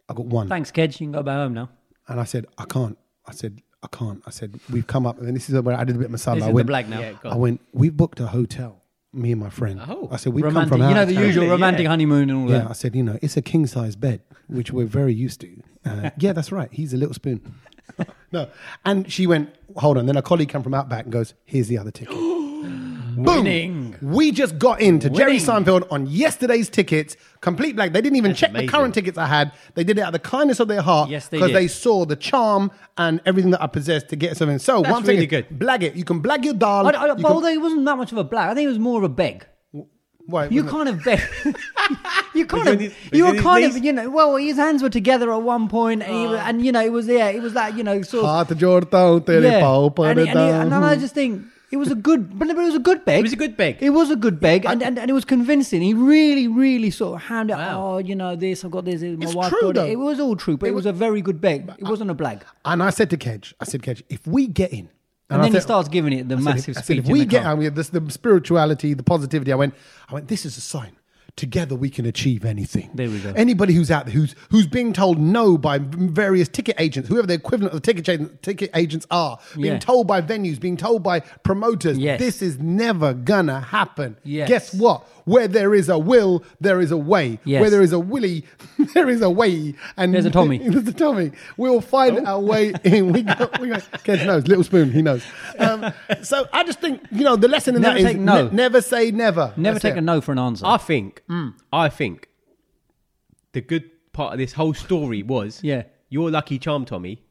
Speaker 1: I've got one.
Speaker 4: thanks, Kedge. You can go back home now.
Speaker 1: And I said, I can't. I said, I can't. I said, we've come up, and then this is where I did a bit of masala.
Speaker 4: This
Speaker 1: I
Speaker 4: is the
Speaker 1: went,
Speaker 4: black now.
Speaker 5: Yeah, go
Speaker 1: I
Speaker 5: on.
Speaker 1: went, we booked a hotel, me and my friend.
Speaker 5: Oh.
Speaker 1: I said, we've
Speaker 4: romantic,
Speaker 1: come from
Speaker 4: you know
Speaker 1: out
Speaker 4: the
Speaker 1: of town."
Speaker 4: usual
Speaker 5: Yeah.
Speaker 4: romantic honeymoon and all
Speaker 1: Yeah, I
Speaker 4: that.
Speaker 1: said, you know, it's a king size bed, which we're very used to. Uh, yeah, that's right. He's a little spoon. no. And she went, hold on. Then a colleague come from Outback and goes, here's the other ticket. Boom.
Speaker 4: Winning.
Speaker 1: We just got into Jerry
Speaker 4: Winning.
Speaker 1: Seinfeld on yesterday's tickets, complete blank. They didn't even check
Speaker 5: amazing.
Speaker 1: the current tickets I had. They did it out of the kindness of their heart
Speaker 4: Yes, they
Speaker 1: because
Speaker 4: did.
Speaker 1: they saw the charm and everything that I possessed to get something. So
Speaker 5: That's
Speaker 1: one thing
Speaker 5: really
Speaker 1: is,
Speaker 5: good.
Speaker 1: blag it. You can blag your doll.
Speaker 4: I, I,
Speaker 1: You
Speaker 4: but
Speaker 1: can-
Speaker 4: although it wasn't that much of a black, I think it was more of a beg.
Speaker 1: Wait,
Speaker 4: You
Speaker 1: wait a minute.
Speaker 4: can't have beg. You kind
Speaker 5: doing
Speaker 4: of,
Speaker 5: this- we're
Speaker 4: you were
Speaker 5: doing
Speaker 4: kind
Speaker 5: these-
Speaker 4: of, you know. Well, his hands were together at one point, and, he
Speaker 1: Ah.
Speaker 4: was, and you know, it was yeah, it was like you know, sort of,
Speaker 1: हाथ जोड़ता हूँ तेरे
Speaker 4: yeah.
Speaker 1: पाँव पर
Speaker 4: and, he- and, he- and then
Speaker 1: डालूं।
Speaker 4: I just think it was a good, but it was a good beg.
Speaker 5: It was a good beg.
Speaker 4: It was a good beg, and, and, and it was convincing. He really, really sort of hammed it.
Speaker 5: Wow.
Speaker 4: Oh, you know, this I've got this. My
Speaker 1: It's
Speaker 4: wife
Speaker 1: true,
Speaker 4: got
Speaker 1: though.
Speaker 4: it. It was all true, but it, was, a very good beg. It wasn't a black.
Speaker 1: And I said to Kedge, I said, Kedge, if we get in.
Speaker 4: And,
Speaker 1: I
Speaker 4: then he
Speaker 1: said-
Speaker 4: starts giving it the
Speaker 1: I said,
Speaker 4: massive
Speaker 1: I said,
Speaker 4: speech.
Speaker 1: if
Speaker 4: in
Speaker 1: we
Speaker 4: the
Speaker 1: get,
Speaker 4: car.
Speaker 1: I mean, this, the spirituality, the positivity, I went, I went, this is a sign. Together we can achieve anything.
Speaker 4: There we go.
Speaker 1: Anybody who's out there who's who's being told no by various ticket agents, whoever the equivalent of the ticket agent, ticket agents are, being
Speaker 4: Yeah.
Speaker 1: told by venues, being told by promoters,
Speaker 4: Yes.
Speaker 1: this is never gonna happen.
Speaker 4: Yes.
Speaker 1: Guess what? Where there is a will, there is a way.
Speaker 4: Yes.
Speaker 1: Where there is a willy, there is a way. And
Speaker 4: There's a Tommy. Oh.
Speaker 1: There's a Tommy. We'll find our way in. We go, we go. Kes knows. Little spoon. He knows. Um, so I just think you know the lesson in
Speaker 4: Never
Speaker 1: that is
Speaker 4: take no.
Speaker 1: ne- never say never.
Speaker 4: Never
Speaker 1: That's
Speaker 4: take
Speaker 1: it.
Speaker 4: a no for an answer.
Speaker 5: I think,
Speaker 1: Mm.
Speaker 5: I think, the good part of this whole story was,
Speaker 4: Yeah.
Speaker 5: your lucky charm, Tommy,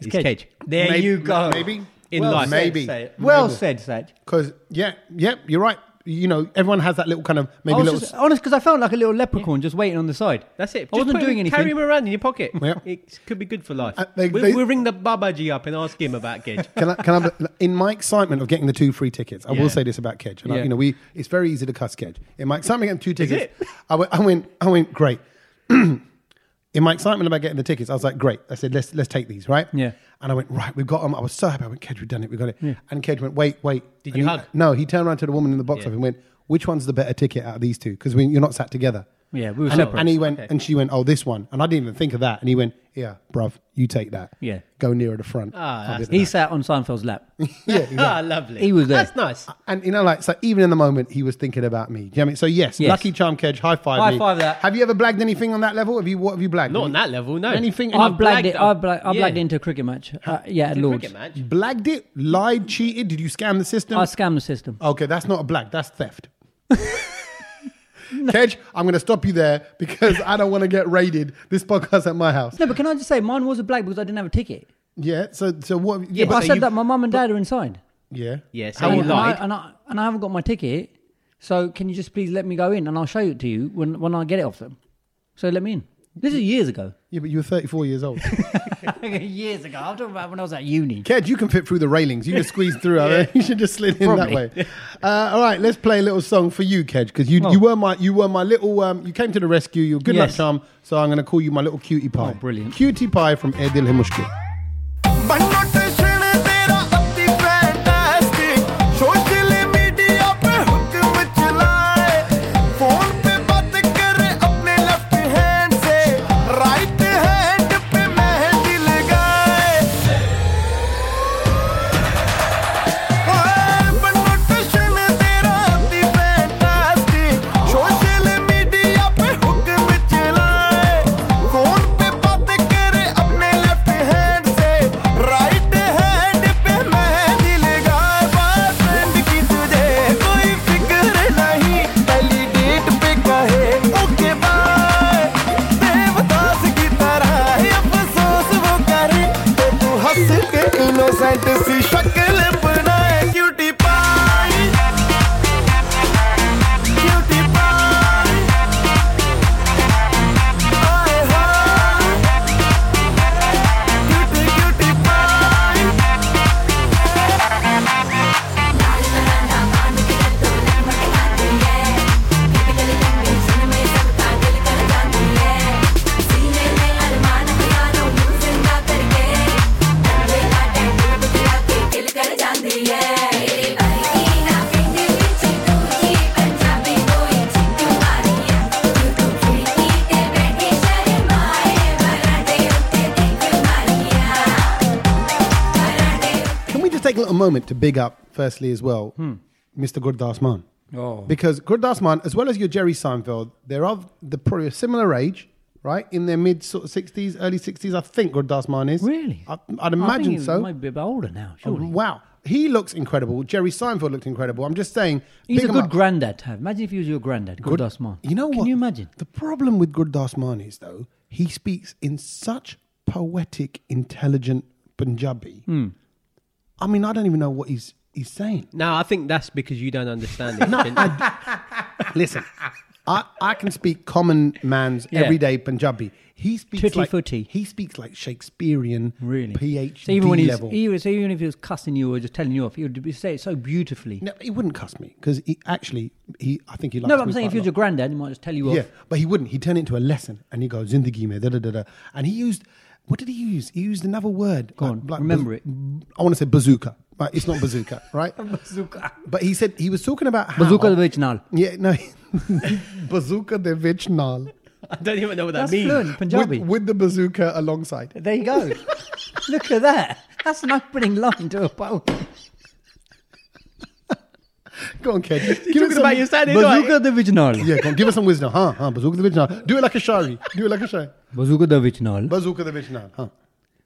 Speaker 5: is
Speaker 4: Kedge.
Speaker 5: Kedge.
Speaker 4: There
Speaker 1: Maybe-
Speaker 4: you go.
Speaker 1: Maybe
Speaker 5: In Well life. said,
Speaker 1: Maybe.
Speaker 4: Saj. Well
Speaker 1: Maybe.
Speaker 4: said, Saj.
Speaker 1: Because yeah, yeah, you're right. You know, everyone has that little kind of maybe
Speaker 4: I was
Speaker 1: little.
Speaker 4: just, honest, because I felt like a little leprechaun just waiting on the side.
Speaker 5: That's it.
Speaker 4: I
Speaker 5: Just
Speaker 4: wasn't
Speaker 5: put
Speaker 4: doing
Speaker 5: him-
Speaker 4: anything.
Speaker 5: Carry him around in your pocket.
Speaker 1: Yeah.
Speaker 5: It could be good for life.
Speaker 1: Uh, they-
Speaker 5: we'll,
Speaker 1: they-
Speaker 5: we'll ring the Babaji up and ask him about Kedge.
Speaker 1: can I, can I, in my excitement of getting the two free tickets, I
Speaker 5: Yeah.
Speaker 1: will say this about Kedge. And I,
Speaker 4: Yeah.
Speaker 1: you know, we it's very easy to cuss Kedge. In my excitement getting two tickets,
Speaker 5: it?
Speaker 1: I went, I went, I went, great. in my excitement about getting the tickets, I was like, great. I said, let's let's take these, right?
Speaker 4: Yeah.
Speaker 1: And I went, right, we've got them. I was so happy. I went, Kedge, we've done it, we got it. And Kedge went, wait, wait.
Speaker 5: Did
Speaker 1: And
Speaker 5: you
Speaker 1: he-
Speaker 5: hug?
Speaker 1: No, he turned around to the woman in the box
Speaker 5: Yeah.
Speaker 1: office and went, which one's the better ticket out of these two? Because you're not sat together.
Speaker 4: Yeah, we were
Speaker 1: and,
Speaker 4: separate.
Speaker 1: And he went,
Speaker 5: Okay.
Speaker 1: and she went, oh, this one. And I didn't even think of that. And he went, yeah, bruv, you take that.
Speaker 4: Yeah.
Speaker 1: Go nearer the front.
Speaker 5: Ah,
Speaker 1: I'll be
Speaker 5: that's
Speaker 1: the
Speaker 4: He sat on Seinfeld's lap.
Speaker 1: yeah, exactly.
Speaker 5: ah, lovely.
Speaker 4: He was there.
Speaker 5: That's nice.
Speaker 1: And you know, like so, even in the moment, he was thinking about me. Do you know what I mean? So yes,
Speaker 4: Yes.
Speaker 1: Lucky Charm Kedge, high five.
Speaker 4: High
Speaker 1: me.
Speaker 4: five that.
Speaker 1: Have you ever blagged anything on that level? Have you what have you blagged?
Speaker 5: Not
Speaker 1: Have
Speaker 5: on
Speaker 1: you-
Speaker 5: that level, no.
Speaker 1: Anything?
Speaker 4: I
Speaker 1: I've
Speaker 4: blagged it. I, bla- I
Speaker 5: yeah.
Speaker 4: blagged it into a cricket match. Uh, yeah, at Lords.
Speaker 5: Cricket match.
Speaker 1: blagged it, lied, cheated. Did you scam the system?
Speaker 4: I scammed the system.
Speaker 1: okay, that's not a blag. That's theft. Kedge, I'm going to stop you there because I don't want to get raided. This podcast at my house.
Speaker 4: No, but can I just say, mine was a black because I didn't have a ticket.
Speaker 1: Yeah. So so what? Yeah.
Speaker 4: I
Speaker 1: but-
Speaker 4: said
Speaker 5: you-
Speaker 4: that my mum and dad are inside.
Speaker 1: yeah.
Speaker 5: Yeah, so
Speaker 1: How
Speaker 5: you
Speaker 1: old-
Speaker 4: and, I,
Speaker 5: lied.
Speaker 4: and, I, and I haven't got my ticket, so can you just please let me go in and I'll show it to you when, when I get it off them. So let me in. This is years ago.
Speaker 1: Yeah, but you were 34 years old.
Speaker 4: years ago. I'm talking about when I was at uni.
Speaker 1: Kedge, you can fit through the railings. You can squeeze through. I mean, You should just slid in
Speaker 4: Probably.
Speaker 1: that way. Uh, all right, let's play a little song for you, Kedge, because you, you were my you were my little um, you came to the rescue. You're good luck
Speaker 4: Oh. Yes.
Speaker 1: charm. So I'm going to call you my little cutie pie.
Speaker 4: Oh, brilliant.
Speaker 1: Cutie pie from Edil Himushki.
Speaker 6: बनना कृष्ण तेरा अति fantastic social media पे हुक्म चलाए phone पे बात करे अपने लेफ्ट हैंड से राइट हैंड पे मेहंदी लगाए ओए, बनना कृष्ण तेरा अति फैंटास्टिक सोशल मीडिया पे हुक्म चलाए फोन पे बात करे अपने लेफ्ट हैंड
Speaker 7: तो
Speaker 1: moment to big up, firstly, as well, Mr. Gurdas Man.
Speaker 4: Hmm. Oh.
Speaker 1: Because Gurdas Man, as well as your Jerry Seinfeld, they're of the probably a similar age, right? In their mid sort of 60s, early 60s, I think Gurdas Man is.
Speaker 4: Really?
Speaker 1: I, I'd imagine
Speaker 4: think
Speaker 1: so.
Speaker 4: He might be a bit older now. Surely.
Speaker 1: Wow. He looks incredible. Jerry Seinfeld looked incredible. I'm just saying.
Speaker 4: He's
Speaker 1: big
Speaker 4: a
Speaker 1: him
Speaker 4: good
Speaker 1: up.
Speaker 4: granddad to have. Imagine if he was your granddad,
Speaker 1: Good-
Speaker 4: Gurdas Man.
Speaker 1: You know what?
Speaker 4: Can you imagine?
Speaker 1: The problem with Gurdas Man is, though, he speaks in such poetic, intelligent Punjabi.
Speaker 4: Hmm.
Speaker 1: I mean, I don't even know what he's he's saying.
Speaker 5: No, I think that's because you don't understand it. Chin.
Speaker 1: Listen, I, I can speak common man's
Speaker 4: Yeah.
Speaker 1: everyday Punjabi. He speaks
Speaker 4: Tutti
Speaker 1: like
Speaker 4: frutti.
Speaker 1: he speaks like Shakespearean.
Speaker 4: Really?
Speaker 1: PhD
Speaker 4: so even when he's,
Speaker 1: level.
Speaker 4: he was, so even if he was cussing you or just telling you off, he would be- say it so beautifully.
Speaker 1: no, he wouldn't cuss me because he actually he I think he likes.
Speaker 4: No, but
Speaker 1: me
Speaker 4: I'm saying if
Speaker 1: quite a
Speaker 4: he was
Speaker 1: lot.
Speaker 4: your granddad, he might just tell you off.
Speaker 1: Yeah, but he wouldn't. He turned it into a lesson, and he goes zindagi mein da da da da. And he used what did he use? He used another word. Go
Speaker 4: on, remember it.
Speaker 1: I want to say bazooka, but it's not bazooka, right?
Speaker 4: Bazooka.
Speaker 1: But he said he was talking about how
Speaker 4: Bazooka the original.
Speaker 1: Yeah, no, bazooka de vich naal.
Speaker 5: I don't even know what that
Speaker 4: That's
Speaker 5: means.
Speaker 4: fluent
Speaker 1: with,
Speaker 4: Punjabi.
Speaker 1: with the bazooka alongside.
Speaker 4: There you go. Look at that. That's an opening line to a poem.
Speaker 1: Go on, kid. Give
Speaker 5: talking about your standing
Speaker 1: bazooka.
Speaker 5: Bazooka
Speaker 4: Bazooka the original.
Speaker 1: Yeah, come on, give us some wisdom, huh? Huh? Bazooka the Vijnal. Do it like a shari. Do it like a shari.
Speaker 4: Bazooka the original.
Speaker 1: Bazooka the Vijnal, huh?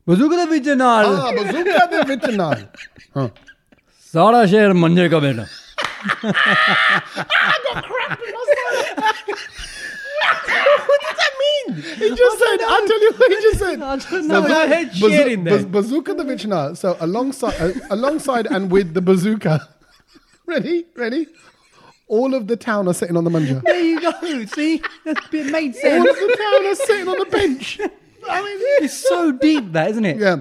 Speaker 4: Bazooka the original.
Speaker 1: Ah, bazooka the Vijnal. Huh?
Speaker 4: सारा शहर मंजे का बेटा
Speaker 1: He just said, I'll tell you what he just said.
Speaker 4: I don't know.
Speaker 5: I heard
Speaker 1: Bazoo-
Speaker 5: cheering
Speaker 1: baz-
Speaker 5: then.
Speaker 1: bazooka the Vijnal. So alongside, uh, alongside and with the bazooka. Ready? Ready? All of the town are sitting on the manja.
Speaker 4: There you go. See, that's it made
Speaker 1: All
Speaker 4: sense.
Speaker 1: of the town are sitting on the bench. I mean,
Speaker 4: It's so deep, that isn't it?
Speaker 1: yeah.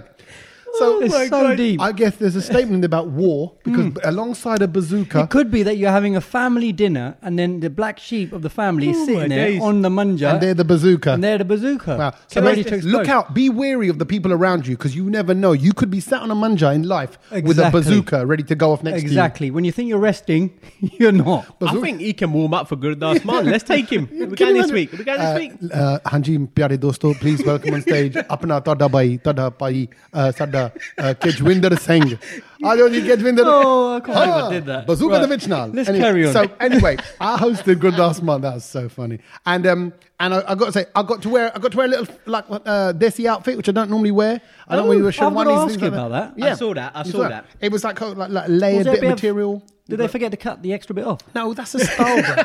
Speaker 1: So
Speaker 4: it's so deep.
Speaker 1: I guess there's a statement about war
Speaker 4: Hmm.
Speaker 1: because b alongside a bazooka,
Speaker 4: It could be that you're having a family dinner, and then the black sheep of the family is
Speaker 5: Oh my
Speaker 4: sitting there
Speaker 5: days.
Speaker 4: on the manja,
Speaker 1: and they're the bazooka.
Speaker 4: and they're the bazooka.
Speaker 1: Wow. So
Speaker 4: They're ready
Speaker 1: basically,
Speaker 4: to
Speaker 1: look
Speaker 4: explode.
Speaker 1: out, be wary of the people around you because you never know. You could be sat on a manja in life with a
Speaker 4: Exactly.
Speaker 1: bazooka ready to go off next
Speaker 4: Exactly. When you think you're resting, you're not.
Speaker 5: I think he can warm up for Gurdas Man. Let's take him.
Speaker 1: to you.
Speaker 5: We can this week. We can this
Speaker 1: Uh,
Speaker 5: week.
Speaker 1: Uh, Hanji, pyare dosto, please welcome on stage apna tada bhai, tada bhai, uh, sada uh, Kejwinder Singh. Hello, you Kejwinder.
Speaker 4: Oh, I can't believe I did that.
Speaker 1: Bazooka
Speaker 4: Right.
Speaker 1: the Vichnal.
Speaker 4: Let's carry on.
Speaker 1: So anyway, I hosted Gurdas Man. That was so funny. And um, and I, I got to say, I got to wear, I got to wear a little like uh, desi outfit, which I don't normally wear. I don't
Speaker 4: Oh,
Speaker 1: normally wear
Speaker 4: I've got to
Speaker 1: sherwanis.
Speaker 4: ask
Speaker 1: things
Speaker 4: you
Speaker 1: like
Speaker 4: about that.
Speaker 5: I saw that. I
Speaker 1: You
Speaker 5: saw that.
Speaker 1: It was like kind of like, like
Speaker 4: Was
Speaker 1: layered
Speaker 4: there a
Speaker 1: bit of
Speaker 4: bit of-
Speaker 1: material.
Speaker 4: Did they forget to cut the extra bit off?
Speaker 1: No, that's a style. bro.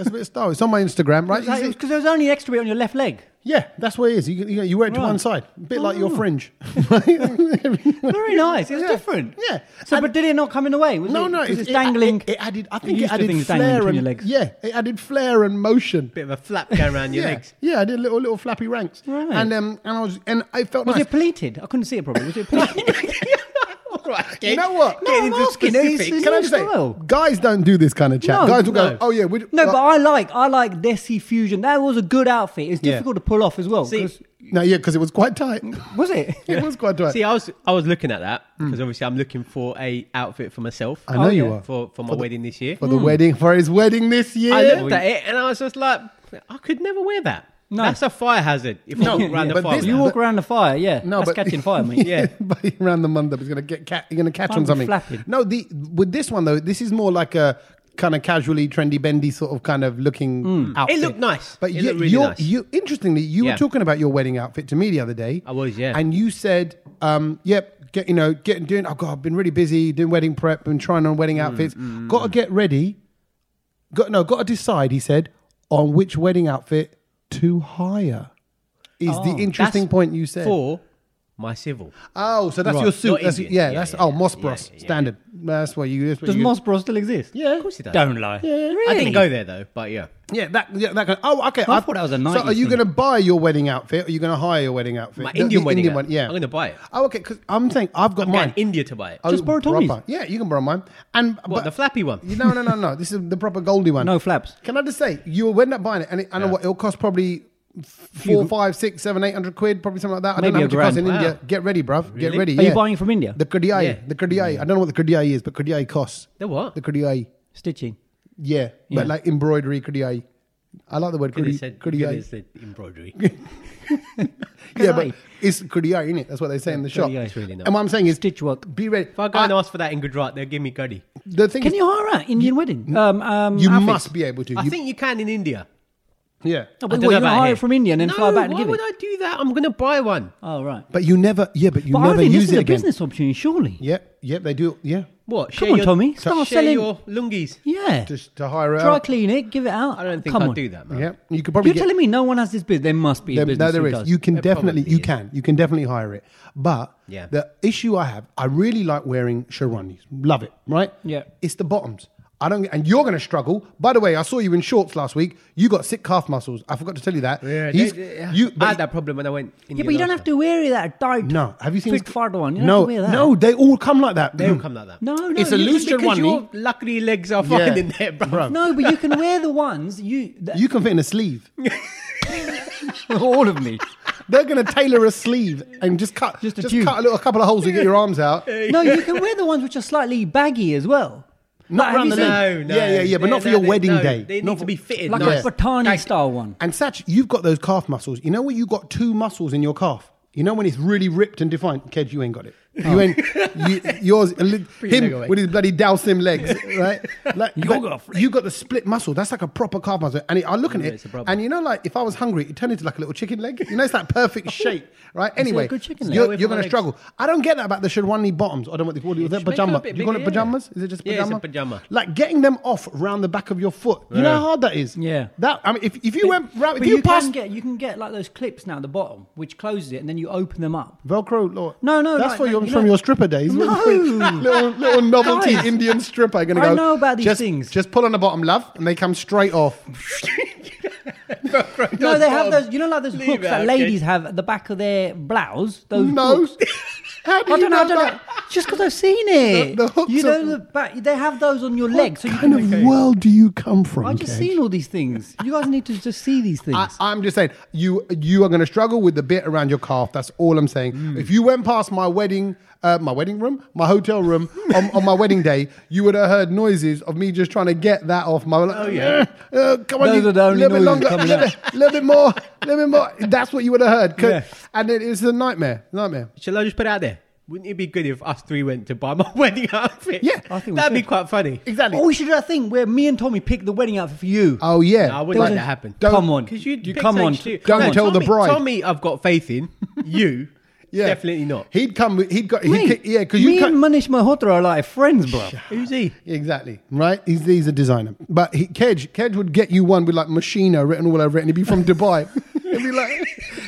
Speaker 1: that's a bit of style. It's on my Instagram, right? You see-
Speaker 4: Because there was only an extra bit on your left leg.
Speaker 1: yeah, that's what it is. You, you, you wear it to
Speaker 4: Right.
Speaker 1: one side, a bit like your
Speaker 4: Oh.
Speaker 1: fringe.
Speaker 4: Very
Speaker 1: Very
Speaker 4: nice. It was different.
Speaker 1: Yeah.
Speaker 4: So,
Speaker 1: And-
Speaker 4: but did it not come in the way? Was
Speaker 1: no,
Speaker 4: it,
Speaker 1: no,
Speaker 4: 'cause
Speaker 1: it-
Speaker 4: it's
Speaker 1: it-
Speaker 4: dangling.
Speaker 1: It, it added. I think
Speaker 4: You're
Speaker 1: it
Speaker 4: used to
Speaker 1: added
Speaker 4: things dangling
Speaker 1: flair
Speaker 4: between
Speaker 1: and
Speaker 4: your legs.
Speaker 1: yeah, it added flair and motion.
Speaker 5: Bit of a flap going around your
Speaker 1: yeah,
Speaker 5: legs.
Speaker 1: yeah, I did little little flappy ranks,
Speaker 4: Right.
Speaker 1: and um, and I was and I felt
Speaker 4: was
Speaker 1: nice.
Speaker 4: it pleated? I couldn't see it properly. Was it pleated?
Speaker 5: All right,
Speaker 1: You know what?
Speaker 4: No, I'm asking. It's- it's
Speaker 1: Can I
Speaker 4: your
Speaker 1: just say,
Speaker 4: style.
Speaker 1: guys don't do this kind of chat.
Speaker 4: No,
Speaker 1: guys will
Speaker 5: no.
Speaker 1: go, oh yeah, we,
Speaker 4: no,
Speaker 1: well,
Speaker 4: but I like I like Desi Fusion. That was a good outfit. It's
Speaker 1: Yeah.
Speaker 4: difficult to pull off as well.
Speaker 5: See,
Speaker 4: 'cause-
Speaker 1: no, yeah, because it was quite tight.
Speaker 4: was it?
Speaker 1: it was quite tight.
Speaker 5: See, I was I was looking at that because obviously I'm looking for a outfit for myself.
Speaker 1: Hmm. I know
Speaker 4: Oh,
Speaker 1: you
Speaker 4: yeah.
Speaker 1: are for,
Speaker 5: for for my wedding this year.
Speaker 4: Mm.
Speaker 1: the wedding for his wedding this year.
Speaker 5: I looked at it and I was just like, I could never wear that.
Speaker 4: No.
Speaker 5: That's a fire hazard. If no, I walk around
Speaker 1: yeah,
Speaker 5: the
Speaker 1: but
Speaker 5: fire,
Speaker 1: this-
Speaker 5: with
Speaker 4: You
Speaker 5: that.
Speaker 4: walk around the fire, yeah.
Speaker 1: No,
Speaker 4: That's
Speaker 1: but-
Speaker 4: catching fire, mate.
Speaker 5: Yeah.
Speaker 1: but he ran the mund up. He's gonna get cat. You're gonna catch
Speaker 4: Can't
Speaker 1: on
Speaker 4: be
Speaker 1: something.
Speaker 4: flapping.
Speaker 1: No, the with this one though, this is more like a kind of casually trendy, bendy sort of kind of looking outfit.
Speaker 5: Mm. It looked nice.
Speaker 1: but
Speaker 5: It
Speaker 1: you,
Speaker 5: looked really
Speaker 1: you're,
Speaker 5: nice.
Speaker 1: you interestingly, you
Speaker 5: Yeah.
Speaker 1: were talking about your wedding outfit to me the other day.
Speaker 5: I was, yeah.
Speaker 1: And you said, um, "Yep, get you know, getting doing. Oh God, I've been really busy doing wedding prep and trying on
Speaker 5: Mm,
Speaker 1: wedding outfits. got to get ready. Got no, got to decide." He said on which wedding outfit to hire. Is the interesting
Speaker 5: Oh, That's
Speaker 1: point you said?
Speaker 5: for my civil.
Speaker 1: Oh, so that's
Speaker 5: Right.
Speaker 1: your suit.
Speaker 5: Not
Speaker 1: That's, yeah,
Speaker 5: Indian. Yeah,
Speaker 1: that's
Speaker 5: yeah,
Speaker 1: oh
Speaker 5: yeah.
Speaker 1: Moss
Speaker 5: Yeah,
Speaker 1: Bros
Speaker 5: yeah, yeah.
Speaker 1: standard. That's what you. That's what
Speaker 4: Does
Speaker 1: you,
Speaker 4: Moss Bros still exist?
Speaker 1: Yeah,
Speaker 5: Of course it does.
Speaker 4: Don't lie.
Speaker 1: Yeah.
Speaker 5: I
Speaker 4: Really?
Speaker 5: didn't go there though, but yeah.
Speaker 1: yeah, that, yeah, that kind of, oh, okay.
Speaker 4: I thought that was a
Speaker 1: So, are
Speaker 4: 90s
Speaker 1: you
Speaker 4: thing.
Speaker 1: going to buy your wedding outfit? Or are you going to hire your wedding outfit?
Speaker 5: My
Speaker 1: The-
Speaker 5: Indian
Speaker 1: the
Speaker 5: wedding
Speaker 1: Indian
Speaker 5: outfit.
Speaker 1: one, yeah.
Speaker 5: I'm gonna buy it.
Speaker 1: Oh, okay. Because I'm saying I've got
Speaker 5: I'm going
Speaker 1: mine.
Speaker 5: to India to buy it.
Speaker 1: Oh,
Speaker 4: Just borrow Tommy's.
Speaker 1: proper. Yeah, you can borrow mine. And
Speaker 5: What, the flappy one?
Speaker 1: No, no, no, no. This is the proper Goldie one.
Speaker 4: No flaps.
Speaker 1: Can I just say you will end up buying it, and it, I know
Speaker 5: Yeah.
Speaker 1: what it'll cost probably. Four, five, six, seven, eight hundred quid, probably something like that. I
Speaker 4: Maybe
Speaker 1: don't know how
Speaker 4: a
Speaker 1: much it costs in
Speaker 4: grand.
Speaker 1: India.
Speaker 5: Wow.
Speaker 1: Get ready, bruv. Get
Speaker 5: Really?
Speaker 1: ready.
Speaker 4: Are you
Speaker 1: yeah.
Speaker 4: buying it from India? Mm.
Speaker 1: The kurdiyai,
Speaker 5: Yeah.
Speaker 1: the kurdiyai. I don't know what the kurdiyai is, but kurdiyai costs.
Speaker 5: The what?
Speaker 1: The kurdiyai.
Speaker 4: Stitching.
Speaker 1: Yeah,
Speaker 4: Yeah.
Speaker 1: but like embroidery kurdiyai. I like the word
Speaker 5: Could have
Speaker 1: Grudi-
Speaker 5: said- could have
Speaker 1: Grudier.
Speaker 5: said embroidery.
Speaker 1: Yeah, but
Speaker 4: Guy.
Speaker 1: it's Grudier, isn't it? That's what they say in the shop.
Speaker 4: Grudier. It's
Speaker 5: really not.
Speaker 1: And what I'm saying is,
Speaker 4: Stitch work.
Speaker 1: be ready.
Speaker 5: if I go and ask for that in Gujarat, they'll give me curry.
Speaker 1: the thing
Speaker 4: Can
Speaker 1: is,
Speaker 4: you hire an Indian wedding? Um, um,
Speaker 1: you
Speaker 4: outfit?
Speaker 1: must be able to.
Speaker 5: I
Speaker 1: You-
Speaker 5: think you can in India.
Speaker 1: yeah.
Speaker 4: Oh,
Speaker 5: I
Speaker 4: but
Speaker 5: don't
Speaker 4: what,
Speaker 5: know
Speaker 4: you
Speaker 5: about
Speaker 4: hire
Speaker 5: here.
Speaker 4: it from India and then
Speaker 5: no,
Speaker 4: fly back and
Speaker 5: why
Speaker 4: give
Speaker 5: would
Speaker 4: it.
Speaker 5: I do that? I'm going to buy one.
Speaker 4: Oh right.
Speaker 1: But you never, yeah, but you
Speaker 4: But I
Speaker 1: never
Speaker 4: think this
Speaker 1: use
Speaker 4: is
Speaker 1: it
Speaker 4: a
Speaker 1: again.
Speaker 4: business opportunity, surely.
Speaker 1: Yep, yep, they do. Yeah,
Speaker 5: What?
Speaker 4: Come
Speaker 5: share
Speaker 4: on,
Speaker 5: your-
Speaker 4: Tommy, start
Speaker 5: share
Speaker 4: selling-
Speaker 5: your lungis.
Speaker 4: Yeah.
Speaker 1: just to hire it
Speaker 4: Dry
Speaker 1: out.
Speaker 4: clean it, give it out.
Speaker 5: I don't think
Speaker 4: Come
Speaker 5: I'd
Speaker 4: on.
Speaker 5: do that, man.
Speaker 1: Yeah, you could probably.
Speaker 4: You're
Speaker 1: get-
Speaker 4: telling me no one has this business. There must be a
Speaker 1: There,
Speaker 4: business.
Speaker 1: no, there
Speaker 4: who
Speaker 1: is.
Speaker 4: does.
Speaker 1: You can
Speaker 5: There
Speaker 1: definitely,
Speaker 5: probably
Speaker 1: you
Speaker 5: is.
Speaker 1: can, you can definitely hire it. But
Speaker 5: Yeah.
Speaker 1: the issue I have, I really like wearing Sharonis, love it, right?
Speaker 4: Yeah.
Speaker 1: it's the bottoms. I don't, and you're going to struggle. By the way, I saw you in shorts last week. You got sick calf muscles. I forgot to tell you that.
Speaker 5: Yeah,
Speaker 1: He's-
Speaker 5: they- they-
Speaker 1: you,
Speaker 5: I
Speaker 1: but-
Speaker 5: had that problem when I went.
Speaker 4: yeah, but you don't have to wear that tight.
Speaker 1: no, have you seen
Speaker 4: big fart one? You don't
Speaker 1: no,
Speaker 4: have to wear that.
Speaker 1: no, they all come like that.
Speaker 5: They don't come like that.
Speaker 4: no, no.
Speaker 1: It's a
Speaker 4: you-
Speaker 1: loose
Speaker 4: because
Speaker 1: Sherwani.
Speaker 4: you're-
Speaker 5: Your luckily legs are
Speaker 1: Yeah.
Speaker 5: fine in there, bro.
Speaker 1: Bruv.
Speaker 4: No, but you can wear the ones you. That,
Speaker 1: You can fit in a sleeve.
Speaker 4: all of me.
Speaker 1: They're going to tailor a sleeve and just cut,
Speaker 4: Just
Speaker 1: just,
Speaker 4: a tube.
Speaker 1: cut a little couple of holes to get your arms out.
Speaker 4: No, you can wear the ones which are slightly baggy as well.
Speaker 1: Not
Speaker 4: Like, have
Speaker 1: round the
Speaker 4: you seen-
Speaker 1: neck. Yeah, yeah, yeah, but
Speaker 5: They-
Speaker 1: not for
Speaker 5: no,
Speaker 1: your
Speaker 5: they-
Speaker 1: wedding
Speaker 5: no,
Speaker 1: day.
Speaker 5: They
Speaker 1: Not
Speaker 5: need
Speaker 1: for-
Speaker 5: to be fitted
Speaker 4: Like
Speaker 5: nice.
Speaker 4: a Batani
Speaker 5: Like-
Speaker 4: style one.
Speaker 1: And Satch, you've got those calf muscles. You know when you've got two muscles in your calf. You know when it's really ripped and defined. Ked, you ain't got it. You ain't you, yours. a li-
Speaker 5: Oh. leg
Speaker 1: Him
Speaker 5: away.
Speaker 1: with his bloody dowsim legs, right? Like,
Speaker 4: You
Speaker 1: but
Speaker 4: got a
Speaker 1: you got the split muscle. That's like a proper calf muscle. And it, I look at it,
Speaker 5: it's a problem.
Speaker 1: and you know, like if I was hungry, it turned into like a little chicken leg. You know, it's that
Speaker 5: Oh,
Speaker 1: perfect shape, right? Anyway,
Speaker 4: good chicken leg.
Speaker 1: you're,
Speaker 5: Away
Speaker 1: you're
Speaker 5: from my
Speaker 1: going to
Speaker 5: legs.
Speaker 1: struggle. I don't get that about the Sherwani bottoms. I don't know what they call it. Is
Speaker 5: should
Speaker 1: that
Speaker 5: make it a
Speaker 1: pajama?
Speaker 5: bit
Speaker 1: You call it
Speaker 5: bigger, yeah.
Speaker 1: pajamas? Is it just
Speaker 5: Yeah,
Speaker 1: pajama?
Speaker 5: it's a pajama.
Speaker 1: Like getting them off round the back of your foot. You know how hard that is.
Speaker 4: Yeah.
Speaker 1: That I mean, if if you went round, if
Speaker 4: But
Speaker 1: you,
Speaker 4: you
Speaker 1: passed
Speaker 4: can get you can get like those clips now at the bottom, which closes it, and then you open them up.
Speaker 1: Velcro. Lord.
Speaker 4: No, no,
Speaker 1: that's
Speaker 4: like-
Speaker 1: for your,
Speaker 4: you know-
Speaker 1: from your stripper days.
Speaker 4: No.
Speaker 1: little, little novelty
Speaker 4: Guys.
Speaker 1: Indian stripper. Gonna
Speaker 4: I
Speaker 1: go.
Speaker 4: know about these
Speaker 1: just,
Speaker 4: things."
Speaker 1: Just pull on the bottom, love, and they come straight off.
Speaker 4: No, they have those. You know, like those
Speaker 5: Leave
Speaker 4: hooks
Speaker 5: it,
Speaker 4: that
Speaker 5: okay.
Speaker 4: ladies have at the back of their blouse. Those
Speaker 1: No.
Speaker 4: hooks.
Speaker 1: How do
Speaker 4: I
Speaker 1: you
Speaker 4: don't know. I don't know.
Speaker 1: that?
Speaker 4: Just because I've seen it.
Speaker 1: The- the hooks
Speaker 4: you know,
Speaker 1: are-
Speaker 4: the back, they have those on your legs. So you
Speaker 1: What kind of world do you come from?
Speaker 4: I've just
Speaker 1: Kej?
Speaker 4: seen all these things. You guys need to just see these things.
Speaker 1: I, I'm just saying you you are going to struggle with the bit around your calf. That's all I'm saying.
Speaker 4: Mm.
Speaker 1: If you went past my wedding, uh, my wedding room, my hotel room on, on my wedding day, you would have heard noises of me just trying to get that off my. Like, oh yeah, come on,
Speaker 4: Those
Speaker 1: you-
Speaker 4: are the only
Speaker 1: little bit
Speaker 4: noises
Speaker 1: longer,
Speaker 4: coming
Speaker 1: little
Speaker 4: out.
Speaker 1: bit, little bit more, little bit more. That's what you would have heard. 'Cause-
Speaker 4: Yeah. Oh,
Speaker 1: And it is a nightmare, nightmare.
Speaker 5: Shall I just put it out there? Wouldn't it be good if us three went to buy my wedding outfit?
Speaker 1: Yeah,
Speaker 4: I think we
Speaker 5: that'd be
Speaker 4: should.
Speaker 5: quite funny.
Speaker 1: Exactly.
Speaker 4: oh, we should do that thing where me and Tommy pick the wedding outfit for you.
Speaker 1: Oh yeah,
Speaker 5: No, I wouldn't
Speaker 4: There
Speaker 5: let
Speaker 4: was
Speaker 5: that
Speaker 4: a-
Speaker 5: happen.
Speaker 1: Don't-
Speaker 4: come on,
Speaker 5: Because you'd
Speaker 4: you
Speaker 5: pick
Speaker 4: come on,
Speaker 5: something stupid.
Speaker 1: Don't
Speaker 5: No,
Speaker 1: tell the
Speaker 5: Tommy-
Speaker 1: bride.
Speaker 5: Tommy, I've got faith in you.
Speaker 1: yeah,
Speaker 5: definitely not.
Speaker 1: He'd come. with- He'd got. He'd,
Speaker 4: Mate,
Speaker 1: ca- yeah, because
Speaker 4: me
Speaker 1: you
Speaker 4: and
Speaker 1: come.
Speaker 4: Manish Malhotra are like friends, bro.
Speaker 5: Who's he?
Speaker 1: Exactly. Right? He's, he's a designer. But he, Kedge, Kedge would get you one with like Machina written all over it and he'd be from Dubai. he'd be like,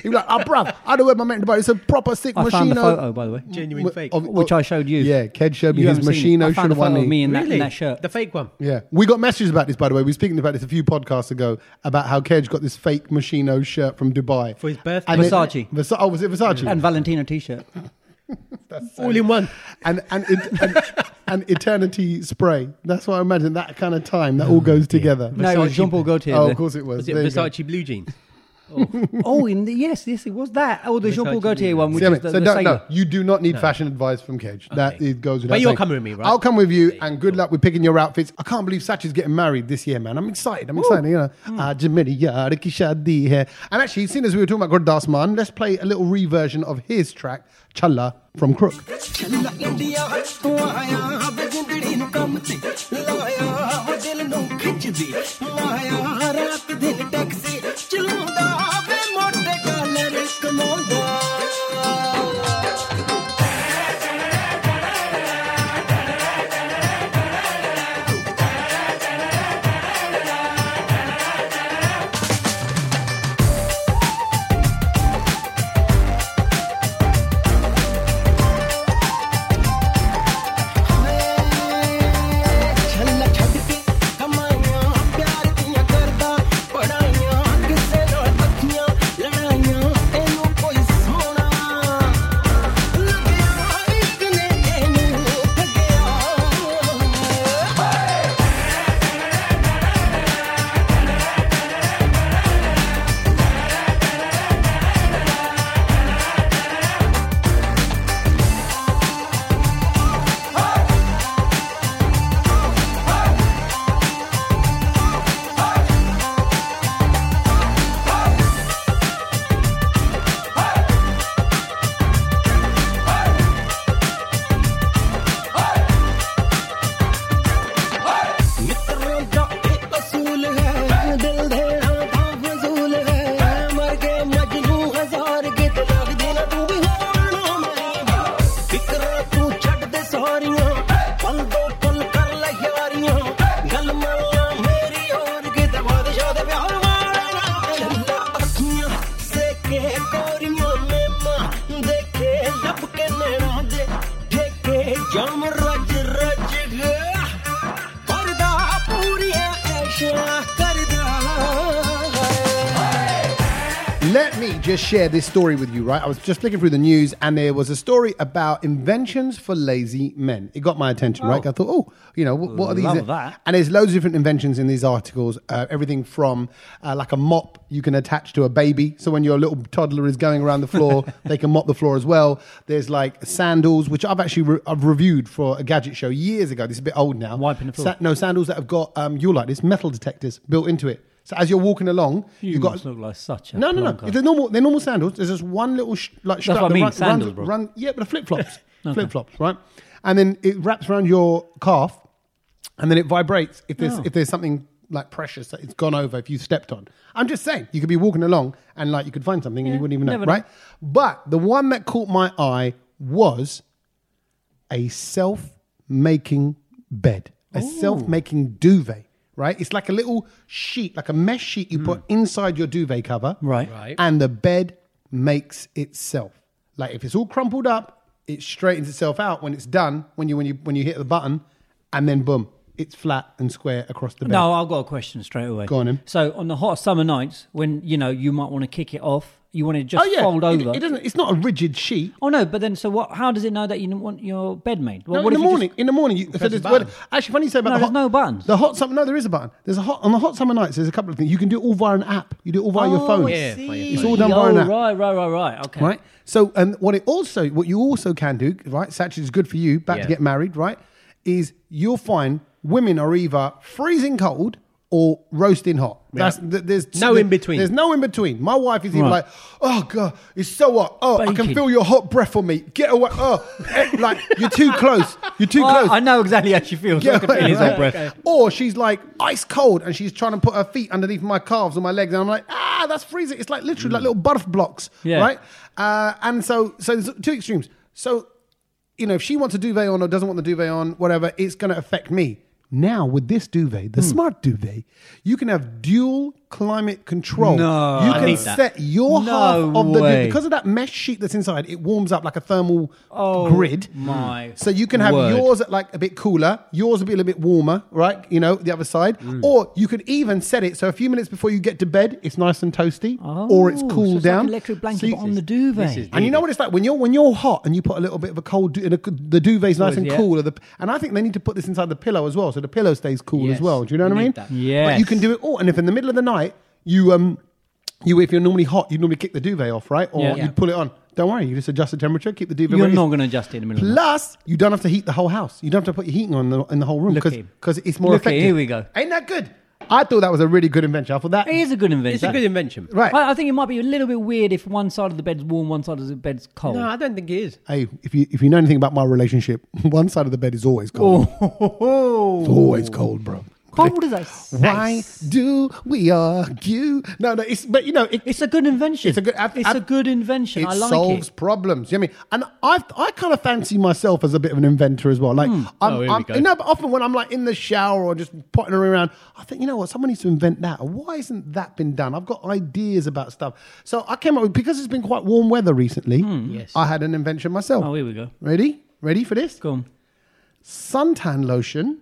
Speaker 1: he'd be like, oh, bruv, I don't wear my mate in Dubai. It's a proper sick
Speaker 4: I
Speaker 1: Machina.
Speaker 4: found the photo, by the way.
Speaker 5: Genuine
Speaker 1: Wi-
Speaker 5: fake.
Speaker 1: of-
Speaker 4: Which I showed you.
Speaker 1: Yeah, Kedge showed me
Speaker 4: You
Speaker 1: his
Speaker 4: haven't seen it.
Speaker 1: Machino
Speaker 4: I found the photo of
Speaker 1: Shirwani.
Speaker 4: me in, that,
Speaker 5: Really?
Speaker 4: in that shirt.
Speaker 5: The fake one.
Speaker 1: yeah, we got messages about this, by the way. We were speaking about this a few podcasts ago about how Kedge got this fake Machino shirt from Dubai.
Speaker 5: For his birthday.
Speaker 1: And it-
Speaker 4: Versace.
Speaker 1: Versa- oh, was it Versace?
Speaker 4: and Valentino T-shirt.
Speaker 5: All in one.
Speaker 1: and and, it, and and eternity spray. That's what I imagine. That kind of time that all goes together.
Speaker 4: No, it was Jean Paul Gaultier.
Speaker 1: Oh,
Speaker 4: the-
Speaker 1: of course it was.
Speaker 5: Was it
Speaker 1: There you go.
Speaker 5: Versace blue jeans?
Speaker 4: oh, in the, yes, yes, it was that. Oh, the Jean Paul
Speaker 5: Versace
Speaker 4: Gaultier
Speaker 5: blue.
Speaker 4: one, which
Speaker 1: See what I mean?
Speaker 4: is the,
Speaker 1: so
Speaker 4: the
Speaker 1: don't,
Speaker 4: sailor.
Speaker 1: no, you do not need fashion advice from Kedge. That
Speaker 5: Okay.
Speaker 1: it goes without
Speaker 5: But you're
Speaker 1: saying.
Speaker 5: coming with me, right?
Speaker 1: I'll come with you, and good luck with picking your outfits. I can't believe Satch is getting married this year, man. I'm excited. I'm excited. You know,
Speaker 5: Hmm.
Speaker 1: Ah, "Aaj meri yaar ki shaadi hai. And actually, since as we were talking about Gurdas Man, let's play a little reversion of his track "Challa" from Crook.
Speaker 7: India ਤੂੰ ਆਇਆ ਵੇ ਜਿੰਦੜੀ ਨੂੰ ਕੰਮ ਤੇ ਲਾਇਆ ਵੇ ਦਿਲ ਨੂੰ ਖਿੱਚਦੀ ਲਾਇਆ ਰਾਤ ਦਿਨ ਟੈਕਸੀ ਚਲਾਉਂਦਾ ਵੇ ਮੋਟੇ ਡਾਲਰ ਕਮਾਉਂਦਾ
Speaker 6: ਛੱਲਾ ਛੱਡ ਕੇ ਕਮਾਇਆ ਪਿਆਰ ਦੀਆਂ ਕਰ
Speaker 1: Let me just share this story with you, right? I was just looking through the news and there was a story about inventions for lazy men. It got my attention, right? I thought, oh, you know, what, what are these?
Speaker 4: Love that.
Speaker 1: And there's loads of different inventions in these articles. Uh, everything from uh, like a mop you can attach to a baby. So when your little toddler is going around the floor, they can mop the floor as well. There's like sandals, which I've actually re- I've reviewed for a gadget show years ago. This is a bit old now.
Speaker 4: Wiping the floor.
Speaker 1: Sa- no, sandals that have got, um, you'll like this, metal detectors built into it. So as you're walking along,
Speaker 4: You
Speaker 1: you've got
Speaker 4: must look like such a
Speaker 1: no, no, no.
Speaker 4: plonker.
Speaker 1: They're normal. They're normal sandals. There's just one little sh- like strap
Speaker 4: what I
Speaker 1: that
Speaker 4: mean,
Speaker 1: run-
Speaker 4: sandals,
Speaker 1: runs,
Speaker 4: bro.
Speaker 1: run- yeah, but flip flops, flip flops, right? And then it wraps around your calf, and then it vibrates if
Speaker 4: Oh.
Speaker 1: there's if there's something like precious that it's gone over if you stepped on. I'm just saying you could be walking along and like you could find something and you wouldn't even know,
Speaker 4: never know.
Speaker 1: right? But the one that caught my eye was a self-making bed, a self-making duvet. Right, it's like a little sheet, like a mesh sheet you put inside your duvet cover.
Speaker 4: Hmm. Right. Right.
Speaker 1: and the bed makes itself. Like if it's all crumpled up, it straightens itself out when it's done. When you when you when you hit the button, and then boom, it's flat and square across the bed.
Speaker 4: No, I've got a question straight away.
Speaker 1: Go on, then.
Speaker 4: So on the hot summer nights, when you know you might want to kick it off, you want to just
Speaker 1: oh yeah,
Speaker 4: fold
Speaker 1: It-
Speaker 4: over.
Speaker 1: It, doesn't. It's not a rigid sheet.
Speaker 4: oh no, but then so what? How does it know that you don't want your bed made? Well,
Speaker 1: No,
Speaker 4: what
Speaker 1: in
Speaker 4: if
Speaker 1: the
Speaker 4: you
Speaker 1: morning, in the morning, you, so
Speaker 5: press
Speaker 1: there's,
Speaker 5: the
Speaker 1: well,
Speaker 5: button.
Speaker 1: actually funny you say about
Speaker 4: No,
Speaker 1: the
Speaker 4: there's
Speaker 1: hot,
Speaker 4: no buttons.
Speaker 1: The hot summer, no, there is a button. There's a hot on the hot summer nights. There's a couple of things you can do it all via an app. You do it all via your
Speaker 4: Oh,
Speaker 1: phone.
Speaker 4: I
Speaker 5: Yeah,
Speaker 4: see.
Speaker 5: phone, yeah,
Speaker 1: It's all done via
Speaker 4: oh,
Speaker 1: an app.
Speaker 4: Right, right, right, right. Okay.
Speaker 1: right? So, and what it also, what you also can do, right? Such is good for you, about to
Speaker 5: Yeah.
Speaker 1: get married, right? Is you'll find women are either freezing cold or roasting hot. That's th- there's
Speaker 5: No in between.
Speaker 1: There's no in between. My wife is even
Speaker 4: Right.
Speaker 1: like, oh god, it's so hot. Oh, I can
Speaker 4: Baking.
Speaker 1: feel your hot breath on me. Get away. Oh, eh, like you're too close. You're too
Speaker 4: Oh,
Speaker 1: close.
Speaker 4: I know exactly how she feels.
Speaker 1: Yeah,
Speaker 4: I can feel his
Speaker 1: right.
Speaker 4: hot breath.
Speaker 1: Or she's like ice cold and she's trying to put her feet underneath my calves or my legs, and I'm like, ah, that's freezing. It's like literally like little barf blocks,
Speaker 4: Mm. Yeah.
Speaker 1: right? Uh, and so, so there's two extremes. So, you know, if she wants a duvet on or doesn't want the duvet on, whatever, it's going to affect me. Now with this duvet, the
Speaker 4: Hmm.
Speaker 1: smart duvet, you can have dual climate control.
Speaker 4: No.
Speaker 1: you
Speaker 4: I
Speaker 1: can
Speaker 5: need that.
Speaker 1: set your
Speaker 4: No
Speaker 1: half of the duvet
Speaker 4: way.
Speaker 1: because of that mesh sheet that's inside. It warms up like a thermal grid.
Speaker 4: Oh my
Speaker 1: so you can have
Speaker 4: word.
Speaker 1: yours at like a bit cooler, yours will be a little bit warmer, right? You know, the other side.
Speaker 4: Mm.
Speaker 1: Or you could even set it so a few minutes before you get to bed, it's nice and toasty, or it's
Speaker 4: Oh, so
Speaker 1: cooled
Speaker 4: like
Speaker 1: down.
Speaker 4: electric
Speaker 1: So
Speaker 4: blanket
Speaker 1: you-
Speaker 4: but on the duvet.
Speaker 5: This is
Speaker 1: and you know what it's like when you're when you're hot and you put a little bit of a cold du- and a, the duvet's nice
Speaker 4: Cool,
Speaker 1: and
Speaker 4: yeah.
Speaker 1: cool. Or the, and I think they need to put this inside the pillow as well, so the pillow stays cool as
Speaker 5: Yes,
Speaker 1: well. Do you know what
Speaker 5: we
Speaker 1: I mean?
Speaker 5: need that.
Speaker 1: But you can
Speaker 4: Yes.
Speaker 1: do it all. And if in the middle of the night you um you if you're normally hot, you would normally kick the duvet off, right? Or
Speaker 4: Yeah.
Speaker 1: you would pull it on. Don't worry, you just adjust the temperature, keep the duvet.
Speaker 4: You're
Speaker 1: where it is.
Speaker 4: not going to adjust it in the middle. of the night.
Speaker 1: Plus, you don't have to heat the whole house. You don't have to put your heating on the, in the whole room
Speaker 4: Look
Speaker 1: because
Speaker 4: here.
Speaker 1: it's more
Speaker 4: Look here,
Speaker 1: effective.
Speaker 4: here we go.
Speaker 1: Ain't that good? I thought that was a really good invention. I thought that
Speaker 4: It is a good invention.
Speaker 5: It's a good invention.
Speaker 1: right.
Speaker 4: I, I think it might be a little bit weird if one side of the bed's warm, one side of the bed's cold.
Speaker 5: No, I don't think it is.
Speaker 1: hey, if you if you know anything about my relationship, one side of the bed is always cold. It's always cold, bro.
Speaker 4: Oh. cold is ice.
Speaker 1: Why do we argue? No, no, it's but you know it,
Speaker 4: It's a good invention.
Speaker 1: It's a good- I've-
Speaker 4: it's
Speaker 1: I've-
Speaker 4: a good invention.
Speaker 1: it
Speaker 4: I like
Speaker 1: solves
Speaker 4: it.
Speaker 1: problems. You know what I mean? And I I kind of fancy myself as a bit of an inventor as well. Like
Speaker 4: Hmm.
Speaker 1: I'm,
Speaker 5: Oh, here we
Speaker 1: I'm
Speaker 5: go.
Speaker 1: you know, but often when I'm like in the shower or just pottering around, I think you know what? Someone needs to invent that. Why isn't that been done? I've got ideas about stuff. So I came up with because it's been quite warm weather recently.
Speaker 5: Yes.
Speaker 1: I had an invention myself.
Speaker 4: Hmm, Oh, here we go.
Speaker 1: Ready? Ready for this?
Speaker 4: Go on.
Speaker 1: suntan lotion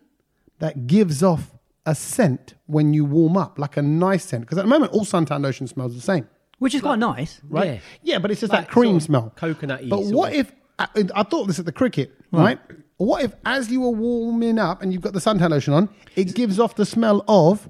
Speaker 1: that gives off a scent when you warm up, like a nice scent. Because at the moment, all suntan lotion smells the same,
Speaker 4: Which is quite nice.
Speaker 1: right?
Speaker 5: Yeah.
Speaker 1: Yeah, but it's just
Speaker 5: Like
Speaker 1: that cream
Speaker 5: sort of
Speaker 1: smell,
Speaker 5: coconut-y
Speaker 1: But
Speaker 5: sort
Speaker 1: what
Speaker 5: of-
Speaker 1: if I, I thought this at the cricket,
Speaker 4: Hmm.
Speaker 1: right? What if as you were warming up and you've got the suntan lotion on, it gives off the smell of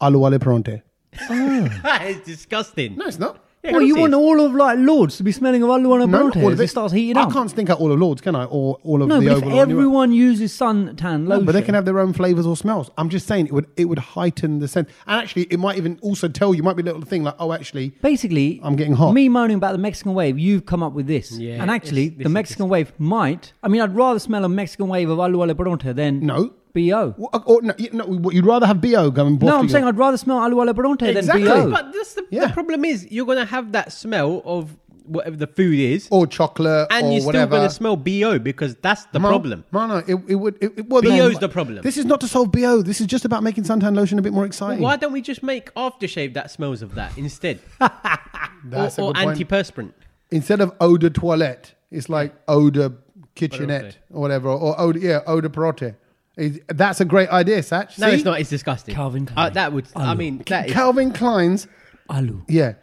Speaker 1: alu ale pronte?
Speaker 5: That is disgusting.
Speaker 1: No, it's not.
Speaker 5: Yeah,
Speaker 4: Well, you
Speaker 5: of course it
Speaker 4: want
Speaker 5: is.
Speaker 4: all of like Lords to be smelling of aluana
Speaker 1: No,
Speaker 4: Bronte
Speaker 1: all of
Speaker 4: as
Speaker 1: it-
Speaker 4: it starts heating
Speaker 1: I
Speaker 4: up.
Speaker 1: can't stink out all of Lords, can I? Or all of
Speaker 4: no,
Speaker 1: the
Speaker 4: but if
Speaker 1: overall.
Speaker 4: everyone uses suntan lotion,
Speaker 1: But they can have their own flavors or smells. I'm just saying it would it would heighten the scent, and actually it might even also tell you might be a little thing like oh actually
Speaker 4: Basically,
Speaker 1: I'm getting hot.
Speaker 4: Me moaning about the Mexican wave, you've come up with this.
Speaker 5: Yeah,
Speaker 4: and actually,
Speaker 5: it's- this
Speaker 4: the
Speaker 5: is
Speaker 4: Mexican wave might. I mean, I'd rather smell a Mexican wave of Alu Ale Bronte than
Speaker 1: No.
Speaker 4: BO.
Speaker 1: or, or no, you- no what, you'd rather have bo going.
Speaker 4: No, I'm saying I'd rather smell Alu Ale Bronte
Speaker 1: Exactly.
Speaker 4: than BO.
Speaker 5: But that's the,
Speaker 1: Yeah.
Speaker 5: the problem is you're going to have that smell of whatever the food is,
Speaker 1: or chocolate
Speaker 5: and
Speaker 1: or
Speaker 5: you're still
Speaker 1: whatever.
Speaker 5: going to smell bo because that's the
Speaker 1: No,
Speaker 5: problem.
Speaker 1: No, no, it, it would. It, it, well,
Speaker 5: BO
Speaker 1: then-
Speaker 5: is the problem.
Speaker 1: This is not to solve bo. This is just about making suntan lotion a bit more exciting.
Speaker 5: Why don't we just make aftershave that smells of that instead,
Speaker 1: That's a
Speaker 5: or, or
Speaker 1: good point.
Speaker 5: antiperspirant?
Speaker 1: Instead of eau de toilette, it's like eau de kitchenette
Speaker 5: Prote.
Speaker 1: or whatever, or eau de, yeah, eau de prote. Is- That's a great idea, Satch.
Speaker 5: No,
Speaker 1: See?
Speaker 5: it's not. It's disgusting.
Speaker 4: Calvin
Speaker 5: Uh,
Speaker 4: Klein.
Speaker 5: that would. I mean, that is
Speaker 1: Calvin Klein's
Speaker 4: Alu.
Speaker 1: Yeah.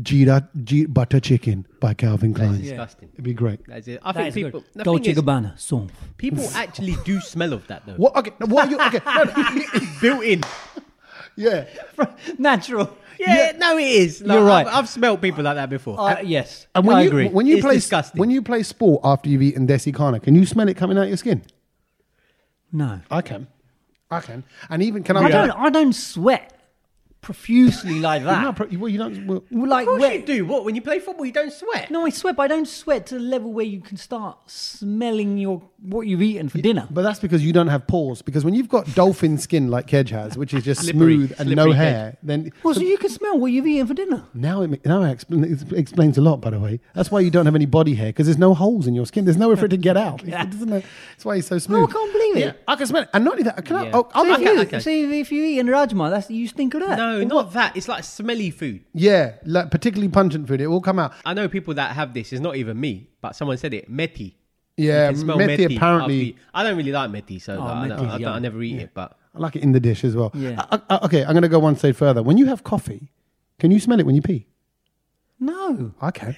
Speaker 1: Jeera, Je- butter chicken by Calvin Klein.
Speaker 5: disgusting.
Speaker 1: It'd be great.
Speaker 5: That's it. I
Speaker 4: That
Speaker 5: think
Speaker 4: is
Speaker 5: people.
Speaker 4: good.
Speaker 5: the thing
Speaker 4: Dolce
Speaker 5: is,
Speaker 4: Gabbana song.
Speaker 5: People actually do smell of that though.
Speaker 1: What? Okay. now What are you? Okay. no, no,
Speaker 5: Built in.
Speaker 1: yeah.
Speaker 4: Natural.
Speaker 5: Yeah, no, it is. Like,
Speaker 4: You're right.
Speaker 5: I've, I've smelled people like that before.
Speaker 4: Uh, yes.
Speaker 1: And when
Speaker 4: I
Speaker 1: you
Speaker 4: agree.
Speaker 1: when you
Speaker 5: It's
Speaker 1: play
Speaker 5: disgusting.
Speaker 1: when you play sport after you've eaten desi kana, can you smell it coming out your skin?
Speaker 4: no.
Speaker 1: I can. I can. And even can I?
Speaker 4: I don't. I don't sweat profusely like
Speaker 1: You're
Speaker 4: that.
Speaker 1: not pro- well, you don't. Well,
Speaker 4: like
Speaker 5: of course
Speaker 4: wet.
Speaker 5: you do. What when you play football, you don't sweat.
Speaker 4: No, I sweat, but I don't sweat to the level where you can start smelling your what you've eaten for dinner.
Speaker 1: But that's because you don't have pores. Because when you've got dolphin skin like Kedge has, which is just
Speaker 5: Slippery,
Speaker 1: smooth and no
Speaker 5: slippery
Speaker 1: hair, then
Speaker 4: Well, so you can smell what you've eaten for dinner.
Speaker 1: now it ma- now it expl- it explains a lot. By the way, that's why you don't have any body hair because there's no holes in your skin. There's nowhere for it to get out. It doesn't know- that's why he's so smooth.
Speaker 4: Oh, I can't believe it.
Speaker 1: Yeah, I can smell it. And not only that, can I?
Speaker 5: Yeah.
Speaker 1: Oh, I'm,
Speaker 4: So if,
Speaker 5: okay,
Speaker 4: you,
Speaker 5: okay.
Speaker 4: so if you eat in Rajma, that's you stink of that.
Speaker 5: No, not that. It's like smelly food.
Speaker 1: yeah, like particularly pungent food. It will come out.
Speaker 5: I know people that have this. It's not even me, but someone said it. Meti.
Speaker 1: Yeah,
Speaker 5: You can smell
Speaker 1: methi
Speaker 5: methi
Speaker 1: apparently.
Speaker 5: after you- I don't really like methi, so
Speaker 4: Oh,
Speaker 5: I, don't-
Speaker 4: methi's
Speaker 5: I, don't- I
Speaker 4: yum.
Speaker 5: never eat it. But
Speaker 1: I like it in the dish as well.
Speaker 4: Yeah.
Speaker 1: I- I- I- okay, I'm going to go one stage further. When you have coffee, can you smell it when you pee?
Speaker 4: no.
Speaker 1: I can.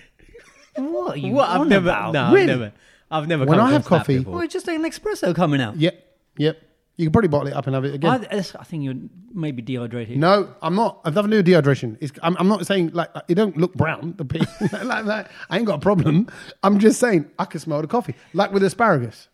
Speaker 4: What are you
Speaker 5: what?
Speaker 4: on
Speaker 5: I've never.
Speaker 4: about?
Speaker 5: No,
Speaker 1: Really?
Speaker 5: I've never. I've never.
Speaker 1: When
Speaker 5: come
Speaker 1: I have
Speaker 5: across that
Speaker 1: coffee-
Speaker 5: before.
Speaker 4: Well, it's just an espresso coming out.
Speaker 1: Yep, yep. You can probably bottle it up and have it again.
Speaker 4: I, that's- I think you're maybe dehydrated.
Speaker 1: no, I'm not. I've nothing to do with dehydration. It's, I'm, I'm not saying like it don't look brown. The pee like that. I ain't got a problem. I'm just saying I can smell the coffee, like with asparagus.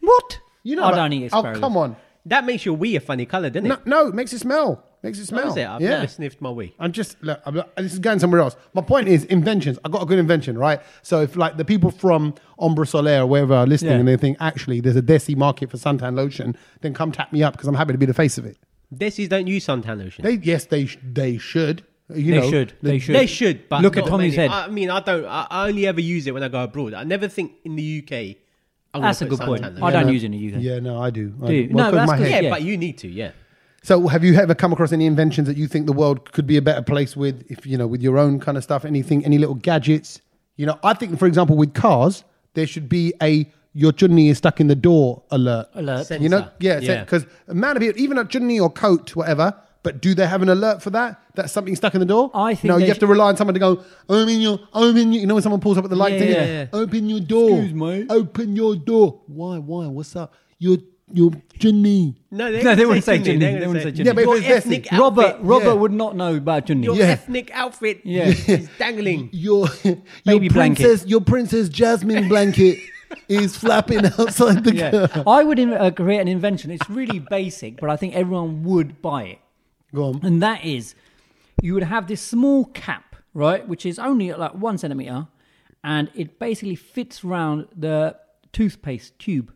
Speaker 4: What?
Speaker 1: You know,
Speaker 4: I
Speaker 1: about-
Speaker 4: don't eat asparagus.
Speaker 1: Oh come on!
Speaker 5: That makes your wee a funny colour, doesn't
Speaker 1: No,
Speaker 5: it?
Speaker 1: no, it makes it smell. Makes it smell.
Speaker 5: Does it? I've
Speaker 1: yeah.
Speaker 5: never sniffed my wee.
Speaker 1: I'm just look, I'm, this is going somewhere else. My point is inventions. I got a good invention, right? So if like the people from Ombre Solaire or wherever are listening
Speaker 4: Yeah.
Speaker 1: and they think actually there's a desi market for suntan lotion, then come tap me up because I'm happy to be the face of it.
Speaker 5: Desis don't use suntan lotion.
Speaker 1: They yes they sh- they should. You
Speaker 4: They
Speaker 1: know,
Speaker 4: should. They should.
Speaker 5: They should, but
Speaker 4: look at
Speaker 5: not
Speaker 4: Tommy's
Speaker 5: many.
Speaker 4: head.
Speaker 5: I mean, I don't. I I only ever use it when I go abroad. I never think in the UK. I'm gonna
Speaker 4: That's a
Speaker 5: put
Speaker 4: good
Speaker 5: suntan
Speaker 4: point.
Speaker 5: lotion.
Speaker 4: I
Speaker 1: Yeah,
Speaker 4: don't
Speaker 1: no.
Speaker 4: use it in the UK.
Speaker 1: Yeah, no, I do. I
Speaker 4: Do you?
Speaker 1: do. Well,
Speaker 4: No,
Speaker 1: 'cause
Speaker 4: that's
Speaker 1: my
Speaker 4: 'cause-
Speaker 1: head.
Speaker 5: Yeah,
Speaker 4: Yeah.
Speaker 5: but you need to. Yeah.
Speaker 1: So have you ever come across any inventions that you think the world could be a better place with if you know with your own kind of stuff? Anything, any little gadgets? You know, I think for example with cars, there should be a your chutney is stuck in the door alert.
Speaker 4: Alert.
Speaker 1: You know,
Speaker 5: Sensor.
Speaker 1: yeah,
Speaker 5: Yeah.
Speaker 1: because a man of it, even a chutney or coat, whatever. But do they have an alert for that? That's something stuck in the door.
Speaker 4: I think
Speaker 1: no.
Speaker 4: they
Speaker 1: You have to
Speaker 4: sh-
Speaker 1: rely on someone to go open your open. Your, you know when someone pulls up at the light,
Speaker 4: Yeah,
Speaker 1: thing,
Speaker 4: yeah,
Speaker 5: yeah.
Speaker 1: open your door.
Speaker 4: Excuse me.
Speaker 1: Open your door. Why? Why? What's up? Your your chutney.
Speaker 5: No,
Speaker 4: No, they
Speaker 5: gonna
Speaker 4: wouldn't say
Speaker 5: chutney,
Speaker 4: chutney.
Speaker 5: they're
Speaker 4: They
Speaker 5: gonna
Speaker 4: wouldn't say
Speaker 1: Yeah, but if
Speaker 5: your
Speaker 1: it's Desi-
Speaker 5: ethnic
Speaker 4: Robert
Speaker 5: outfit-
Speaker 4: Robert
Speaker 1: yeah.
Speaker 4: would not know about Chunni.
Speaker 5: your
Speaker 1: Yeah.
Speaker 5: ethnic outfit
Speaker 4: Yeah.
Speaker 5: is, is dangling.
Speaker 1: your
Speaker 4: Baby
Speaker 1: your
Speaker 4: blanket.
Speaker 1: princess your princess jasmine blanket is flapping outside the
Speaker 4: Yeah.
Speaker 1: car.
Speaker 4: I would in, uh, create an invention. It's really basic, but I think everyone would buy it.
Speaker 1: Go on.
Speaker 4: And that is, you would have this small cap, right, which is only uh, like one centimeter, and it basically fits round the toothpaste tube.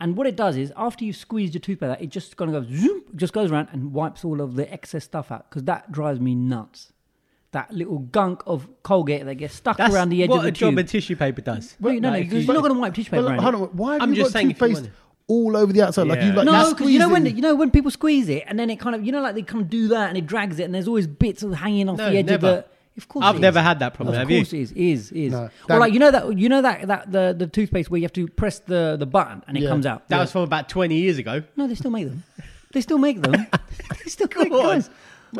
Speaker 4: And what it does is, after you squeeze your toothpaste, out, it just kind of goes zoom, just goes around and wipes all of the excess stuff out because that drives me nuts. That little gunk of Colgate that gets stuck
Speaker 5: That's
Speaker 4: around the edge
Speaker 5: what
Speaker 4: of the
Speaker 5: a
Speaker 4: tube.
Speaker 5: job a tissue paper does.
Speaker 4: Well, no, no,
Speaker 5: Like, if
Speaker 4: because
Speaker 5: you-
Speaker 4: you're not going to wipe tissue paper.
Speaker 1: But
Speaker 4: around
Speaker 1: look,
Speaker 4: it.
Speaker 1: hold on. Why have
Speaker 5: I'm
Speaker 1: you
Speaker 5: just
Speaker 1: got
Speaker 5: saying if you
Speaker 1: toothpaste
Speaker 5: want it.
Speaker 1: all over the outside? Like you
Speaker 5: Yeah.
Speaker 1: like
Speaker 4: No,
Speaker 1: that's
Speaker 4: because you know when
Speaker 1: squeezing.
Speaker 4: you know when people squeeze it and then it kind of you know like they kind of do that and it drags it and there's always bits of hanging off
Speaker 5: No,
Speaker 4: the edge of
Speaker 5: never.
Speaker 4: the. Of course,
Speaker 5: I've
Speaker 4: it is.
Speaker 5: never had that problem,
Speaker 4: Of
Speaker 5: have
Speaker 4: course,
Speaker 5: you?
Speaker 4: it is. It Is is.
Speaker 1: No, that-
Speaker 4: or like you know that you know that that the the toothpaste where you have to press the the button and it
Speaker 1: Yeah.
Speaker 4: comes out.
Speaker 5: That was from about 20 years ago.
Speaker 4: no, they still make them. They still make them. they still make guys.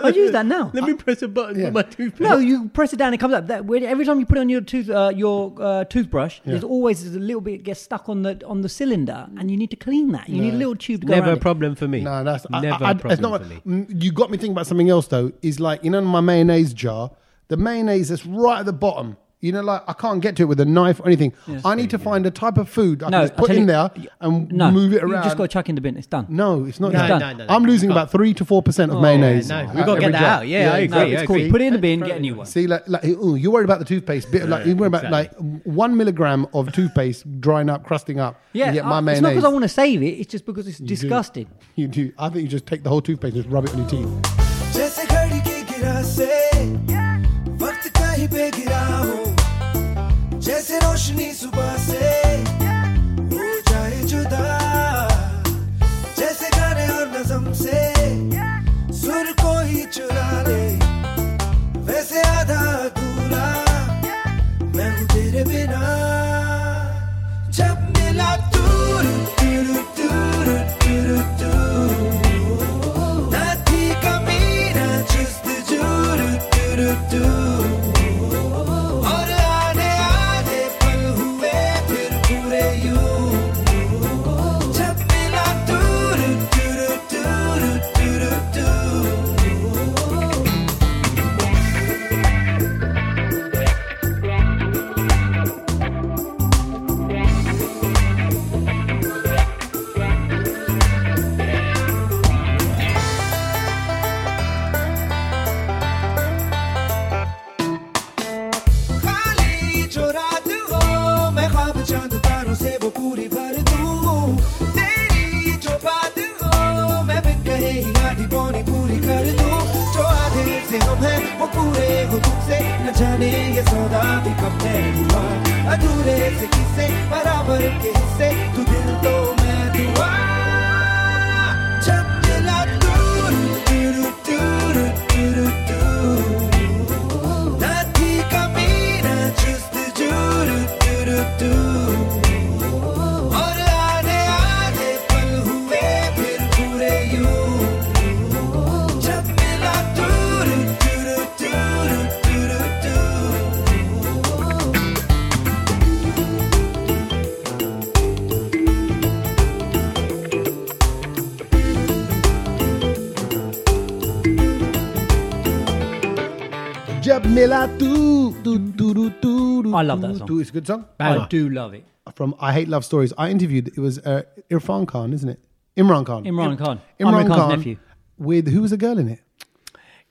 Speaker 4: I use that now.
Speaker 5: Let me press a button
Speaker 1: Yeah.
Speaker 5: on my toothpaste.
Speaker 4: No, you press it down, it comes up. That where- every time you put it on your tooth, uh, your uh, toothbrush, there's always a little bit gets stuck on the on the cylinder, and you need to clean that. You need a little tube. To go
Speaker 5: Never
Speaker 4: around
Speaker 5: a
Speaker 4: it.
Speaker 5: problem for me.
Speaker 1: No, that's I-
Speaker 5: never
Speaker 1: I, I,
Speaker 5: a problem
Speaker 1: it's not,
Speaker 5: for me.
Speaker 1: Mm, You got me thinking about something else though. Is like you know my mayonnaise jar, the mayonnaise that's right at the bottom. You know, like I can't get to it with a knife or anything. I need to find a type of food I
Speaker 4: No,
Speaker 1: can just
Speaker 4: I
Speaker 1: put
Speaker 4: tell
Speaker 1: in
Speaker 4: you-
Speaker 1: there and
Speaker 4: No,
Speaker 1: move it
Speaker 4: You
Speaker 1: around.
Speaker 4: just got to chuck in the bin. It's done.
Speaker 1: no, it's not.
Speaker 5: No,
Speaker 1: done.
Speaker 5: no, no, no,
Speaker 1: I'm
Speaker 5: you
Speaker 1: losing
Speaker 5: can't.
Speaker 1: about three to four percent
Speaker 4: Oh,
Speaker 1: of mayonnaise.
Speaker 5: no, we
Speaker 1: at
Speaker 5: gotta get
Speaker 1: every
Speaker 5: that
Speaker 1: jar.
Speaker 5: out. Yeah, I
Speaker 4: No,
Speaker 5: agree,
Speaker 4: it's
Speaker 5: I
Speaker 4: cool.
Speaker 5: agree.
Speaker 4: Put it in the bin. Get a new one.
Speaker 1: See, like, like ooh, you're worried about the toothpaste bit. Like you're worried about
Speaker 5: exactly.
Speaker 1: like one milligram of toothpaste drying up, crusting up.
Speaker 4: Yeah,
Speaker 1: you get my
Speaker 4: I-
Speaker 1: mayonnaise.
Speaker 4: it's not because I want to save it. It's just because it's
Speaker 1: You do.
Speaker 4: disgusting.
Speaker 1: You do. I think you just take the whole toothpaste and just rub it on your teeth.
Speaker 7: जैसे घड़ी के गिरा से वक्त कहीं पे गिरा हो जैसे रोशनी सुबह से हो जाए जुदा जैसे गाने और नजम से सुर को ही चुरा ले वैसे आधा अधूरा मैं हूँ तेरे बिना जब मिला तू रू तू रू तू रू तू रू तू ना थी कमी ना चुस्त जूरू तू रू तू अधूरे हो तुझसे न जाने ये सौदा भी कब तय हुआ अधूरे से किसे बराबर के हिस्से तू दिल तो मैं दुआ जब दिला दूर दूर दूर दूर दूर ना थी कमी ना चुस्त जूर दूर दूर और आने आने पल हुए फिर पूरे यूं जब मिला दूर दूर दूर दूर दूर
Speaker 1: Jab Mila Doo, Doo, Doo, Doo, Doo, Doo,
Speaker 4: I love that
Speaker 1: Doo,
Speaker 4: song.
Speaker 1: Doo. It's a good song.
Speaker 4: I do love it.
Speaker 1: From I Hate Love Stories. I interviewed, it was uh, Irfan Khan, isn't it? Imran Khan.
Speaker 4: Imran Khan.
Speaker 1: Imran
Speaker 4: Imran Khan's
Speaker 1: Khan.
Speaker 4: nephew.
Speaker 1: With, who was the girl in it?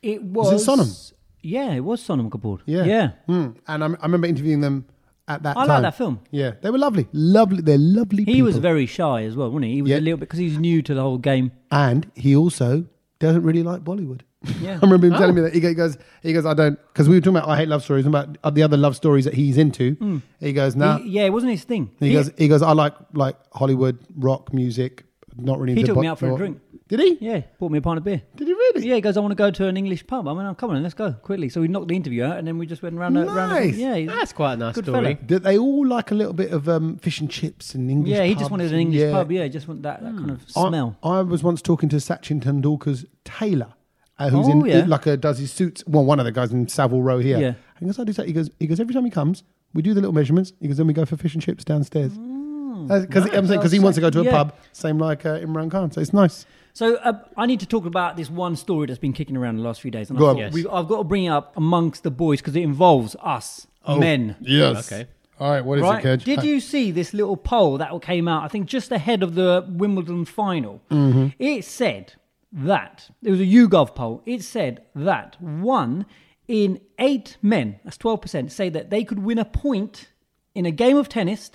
Speaker 4: It
Speaker 1: it
Speaker 4: was.
Speaker 1: Sonam?
Speaker 4: Yeah, it was Sonam Kapoor.
Speaker 1: Yeah.
Speaker 4: Yeah.
Speaker 1: Hmm. And I'm, I remember interviewing them at that
Speaker 4: I like
Speaker 1: time.
Speaker 4: that film.
Speaker 1: Yeah. They were lovely. Lovely. They're lovely
Speaker 4: He
Speaker 1: people.
Speaker 4: was very shy as well, wasn't he? He was
Speaker 1: Yeah.
Speaker 4: a little bit because he's new to the whole game.
Speaker 1: And he also doesn't really like Bollywood.
Speaker 4: Yeah.
Speaker 1: I remember him telling me
Speaker 4: Oh.
Speaker 1: that he go- he goes, he goes, I don't, because we were talking about I hate love stories and about uh, the other love stories that he's into. He goes, no.
Speaker 4: Hmm. He- yeah, it wasn't his thing.
Speaker 1: He, goes, he goes, I like like Hollywood rock music. Not really.
Speaker 4: He
Speaker 1: into
Speaker 4: took
Speaker 1: bo-
Speaker 4: me out for a
Speaker 1: rock."
Speaker 4: drink.
Speaker 1: Did he?
Speaker 4: Yeah, bought me a pint of beer.
Speaker 1: Did he really?
Speaker 4: Yeah, he goes, I want to go to an English pub. I went, oh, come on, let's go quickly. So we knocked the interview out and then we just went round. the- round the-
Speaker 1: Nice.
Speaker 4: yeah, he's-
Speaker 5: That's quite a nice
Speaker 4: Good
Speaker 5: story.
Speaker 4: fella.
Speaker 1: Did they all like a little bit of um, fish and chips and English?
Speaker 4: Yeah, he
Speaker 1: pubs Hmm.
Speaker 4: just wanted an
Speaker 1: and-
Speaker 4: English pub. Yeah, he just wanted that, that kind of
Speaker 1: I-
Speaker 4: smell.
Speaker 1: I, was once talking to Sachin Tendulkar's tailor, uh, who's
Speaker 4: Oh,
Speaker 1: in
Speaker 4: yeah.
Speaker 1: like a, does his suits. Well, one of the guys in Savile Row here.
Speaker 4: Yeah.
Speaker 1: And he goes, I do that. He goes, he goes every time he comes, we do the little measurements. He goes, then we go for fish and chips downstairs. Because I'm saying because he wants to go to a
Speaker 4: Mm. Yeah.
Speaker 1: pub, same like uh, Imran Khan. So it's nice.
Speaker 4: So uh, I need to talk about this one story that's been kicking around the last few days, and
Speaker 1: Go
Speaker 4: I
Speaker 1: on.
Speaker 4: thought
Speaker 1: Yes.
Speaker 4: we, I've got to bring it up amongst the boys because it involves us
Speaker 1: Oh,
Speaker 4: men.
Speaker 1: Yes.
Speaker 5: Okay.
Speaker 1: All right. What is
Speaker 4: Right?
Speaker 1: it, Kedge?
Speaker 4: Did you see this little poll that came out? I think just ahead of the Wimbledon final.
Speaker 1: Mm-hmm.
Speaker 4: It said that it was a YouGov poll. It said that one in eight men, that's twelve percent, say that they could win a point in a game of tennis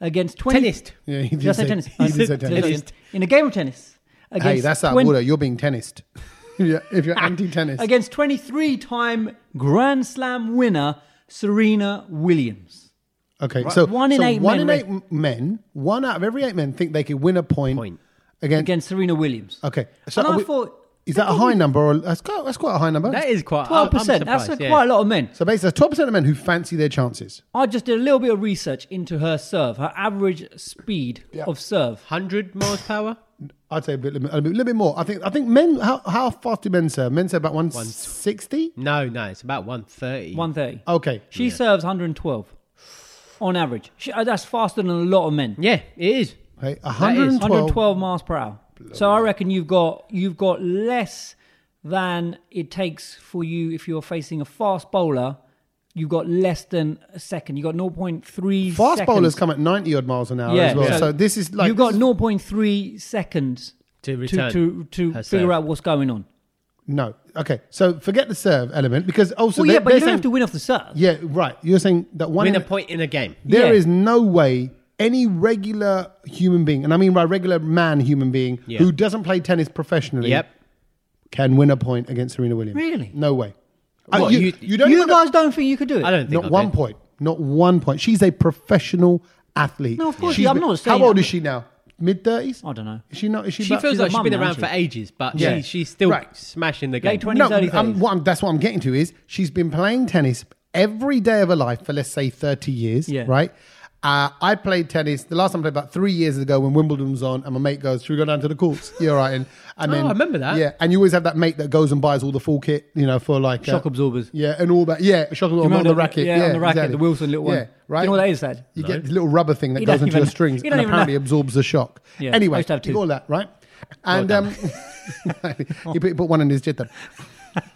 Speaker 4: against twenty.
Speaker 5: Tennist.
Speaker 1: Yeah, he
Speaker 4: Did I
Speaker 1: did
Speaker 4: say
Speaker 1: say-
Speaker 4: tennis?
Speaker 1: he did say
Speaker 4: Did I
Speaker 1: tennis.
Speaker 4: In a game of tennis.
Speaker 1: Hey,
Speaker 4: against
Speaker 1: that's out
Speaker 4: 20
Speaker 1: water. You're being tennist. yeah, if
Speaker 4: Ah,
Speaker 1: you're anti-tennis.
Speaker 4: against 23 time Grand Slam winner Serena Williams.
Speaker 1: Okay, so
Speaker 4: One in
Speaker 1: so
Speaker 4: eight
Speaker 1: one
Speaker 4: men
Speaker 1: in
Speaker 4: re-
Speaker 1: eight m- men, one out of every eight men think they could win a point,
Speaker 5: Point.
Speaker 1: against.
Speaker 4: Against Serena Williams.
Speaker 1: okay,
Speaker 4: and I
Speaker 1: are we-
Speaker 4: thought.
Speaker 1: is that a high number or that's quite, that's quite a high number?
Speaker 5: That is quite I- I'm
Speaker 4: 12%. That's a,
Speaker 5: surprised, yeah.
Speaker 4: quite a lot of men.
Speaker 1: So basically, twelve percent of men who fancy their chances.
Speaker 4: I just did a little bit of research into her serve, her average speed of serve.
Speaker 5: 100 miles power?
Speaker 1: I'd say a, bit, a little bit- little bit more. I think I think men. How, how fast do men serve? Men serve about one sixty.
Speaker 5: No, no, it's about 130.
Speaker 4: 130.
Speaker 1: Okay,
Speaker 4: She serves 112 on average. She, uh, that's faster than a lot of men.
Speaker 5: Yeah, it is.
Speaker 1: okay, one
Speaker 5: is
Speaker 1: hundred and twelve.
Speaker 4: 112 miles per hour. So I reckon you've got you've got less than it takes for you if you're facing a fast bowler. You've got less than a second. You've got 0.3
Speaker 1: Fast
Speaker 4: seconds.
Speaker 1: bowlers come at ninety odd miles an hour as well. So this is like
Speaker 4: you've got
Speaker 1: this is-
Speaker 4: 0.3 seconds
Speaker 5: To
Speaker 4: to
Speaker 5: return
Speaker 4: to, to
Speaker 5: herself.
Speaker 4: figure out what's going on.
Speaker 1: no. Okay, so forget the serve element because also
Speaker 4: Well,
Speaker 1: they
Speaker 4: yeah, but you don't
Speaker 1: saying,
Speaker 4: have to win off the serve.
Speaker 1: Yeah, right. You're saying that one
Speaker 5: Win
Speaker 1: in-
Speaker 5: a point in a game.
Speaker 1: There
Speaker 4: Yeah.
Speaker 1: is no way any regular human being, and I mean by regular man human being
Speaker 5: Yeah.
Speaker 1: who doesn't play tennis professionally,
Speaker 5: Yep.
Speaker 1: can win a point against Serena Williams.
Speaker 4: Really?
Speaker 1: No way. Uh,
Speaker 5: What,
Speaker 1: you,
Speaker 5: you-
Speaker 1: you don't
Speaker 4: you
Speaker 1: even-
Speaker 4: guys don't think you could do it?
Speaker 5: I don't think
Speaker 1: not
Speaker 5: I
Speaker 1: one
Speaker 5: could.
Speaker 1: point. Not one point. She's a professional athlete.
Speaker 4: No, of course
Speaker 1: She's
Speaker 4: she- I'm
Speaker 1: been-
Speaker 4: not saying-
Speaker 1: How old is she now? Mid thirties.
Speaker 4: I don't know.
Speaker 1: Is she not? Is she?
Speaker 5: She
Speaker 1: about-
Speaker 5: feels
Speaker 4: she's a
Speaker 5: like she's been
Speaker 4: mum now,
Speaker 5: around for
Speaker 4: isn't she?
Speaker 5: ages, but
Speaker 1: Yeah.
Speaker 5: she, she's still
Speaker 1: Right.
Speaker 5: smashing the game.
Speaker 4: Late 20s,
Speaker 1: no,
Speaker 4: early
Speaker 1: I'm-
Speaker 4: 30s.
Speaker 1: what I'm- that's what I'm getting to is she's been playing tennis every day of her life for let's say 30 years,
Speaker 4: Yeah.
Speaker 1: right? Uh, I played tennis the last time I played about three years ago when Wimbledon was on, and my mate goes, "Should we go down to the courts?" You're right, and, and
Speaker 5: Oh,
Speaker 1: then
Speaker 5: I remember that.
Speaker 1: Yeah, and you always have that mate that goes and buys all the full kit, you know, for like uh,
Speaker 4: Shock absorbers.
Speaker 1: yeah, and all that, yeah, shock absorbers on
Speaker 4: remember
Speaker 1: the
Speaker 4: the-
Speaker 1: racket,
Speaker 4: yeah, on the racket,
Speaker 1: exactly.
Speaker 4: the Wilson little one.
Speaker 1: yeah,
Speaker 4: Do you
Speaker 1: right.
Speaker 4: know what that is, Dad?
Speaker 1: You get this little rubber thing that
Speaker 4: You don't
Speaker 1: goes into
Speaker 4: even
Speaker 1: your
Speaker 4: know.
Speaker 1: strings
Speaker 4: You
Speaker 1: and
Speaker 4: don't even know.
Speaker 1: apparently absorbs the shock.
Speaker 4: Yeah, I
Speaker 1: anyway,
Speaker 4: used to have
Speaker 1: you
Speaker 4: two.
Speaker 1: got all that right, and um, you put, put one in his jitter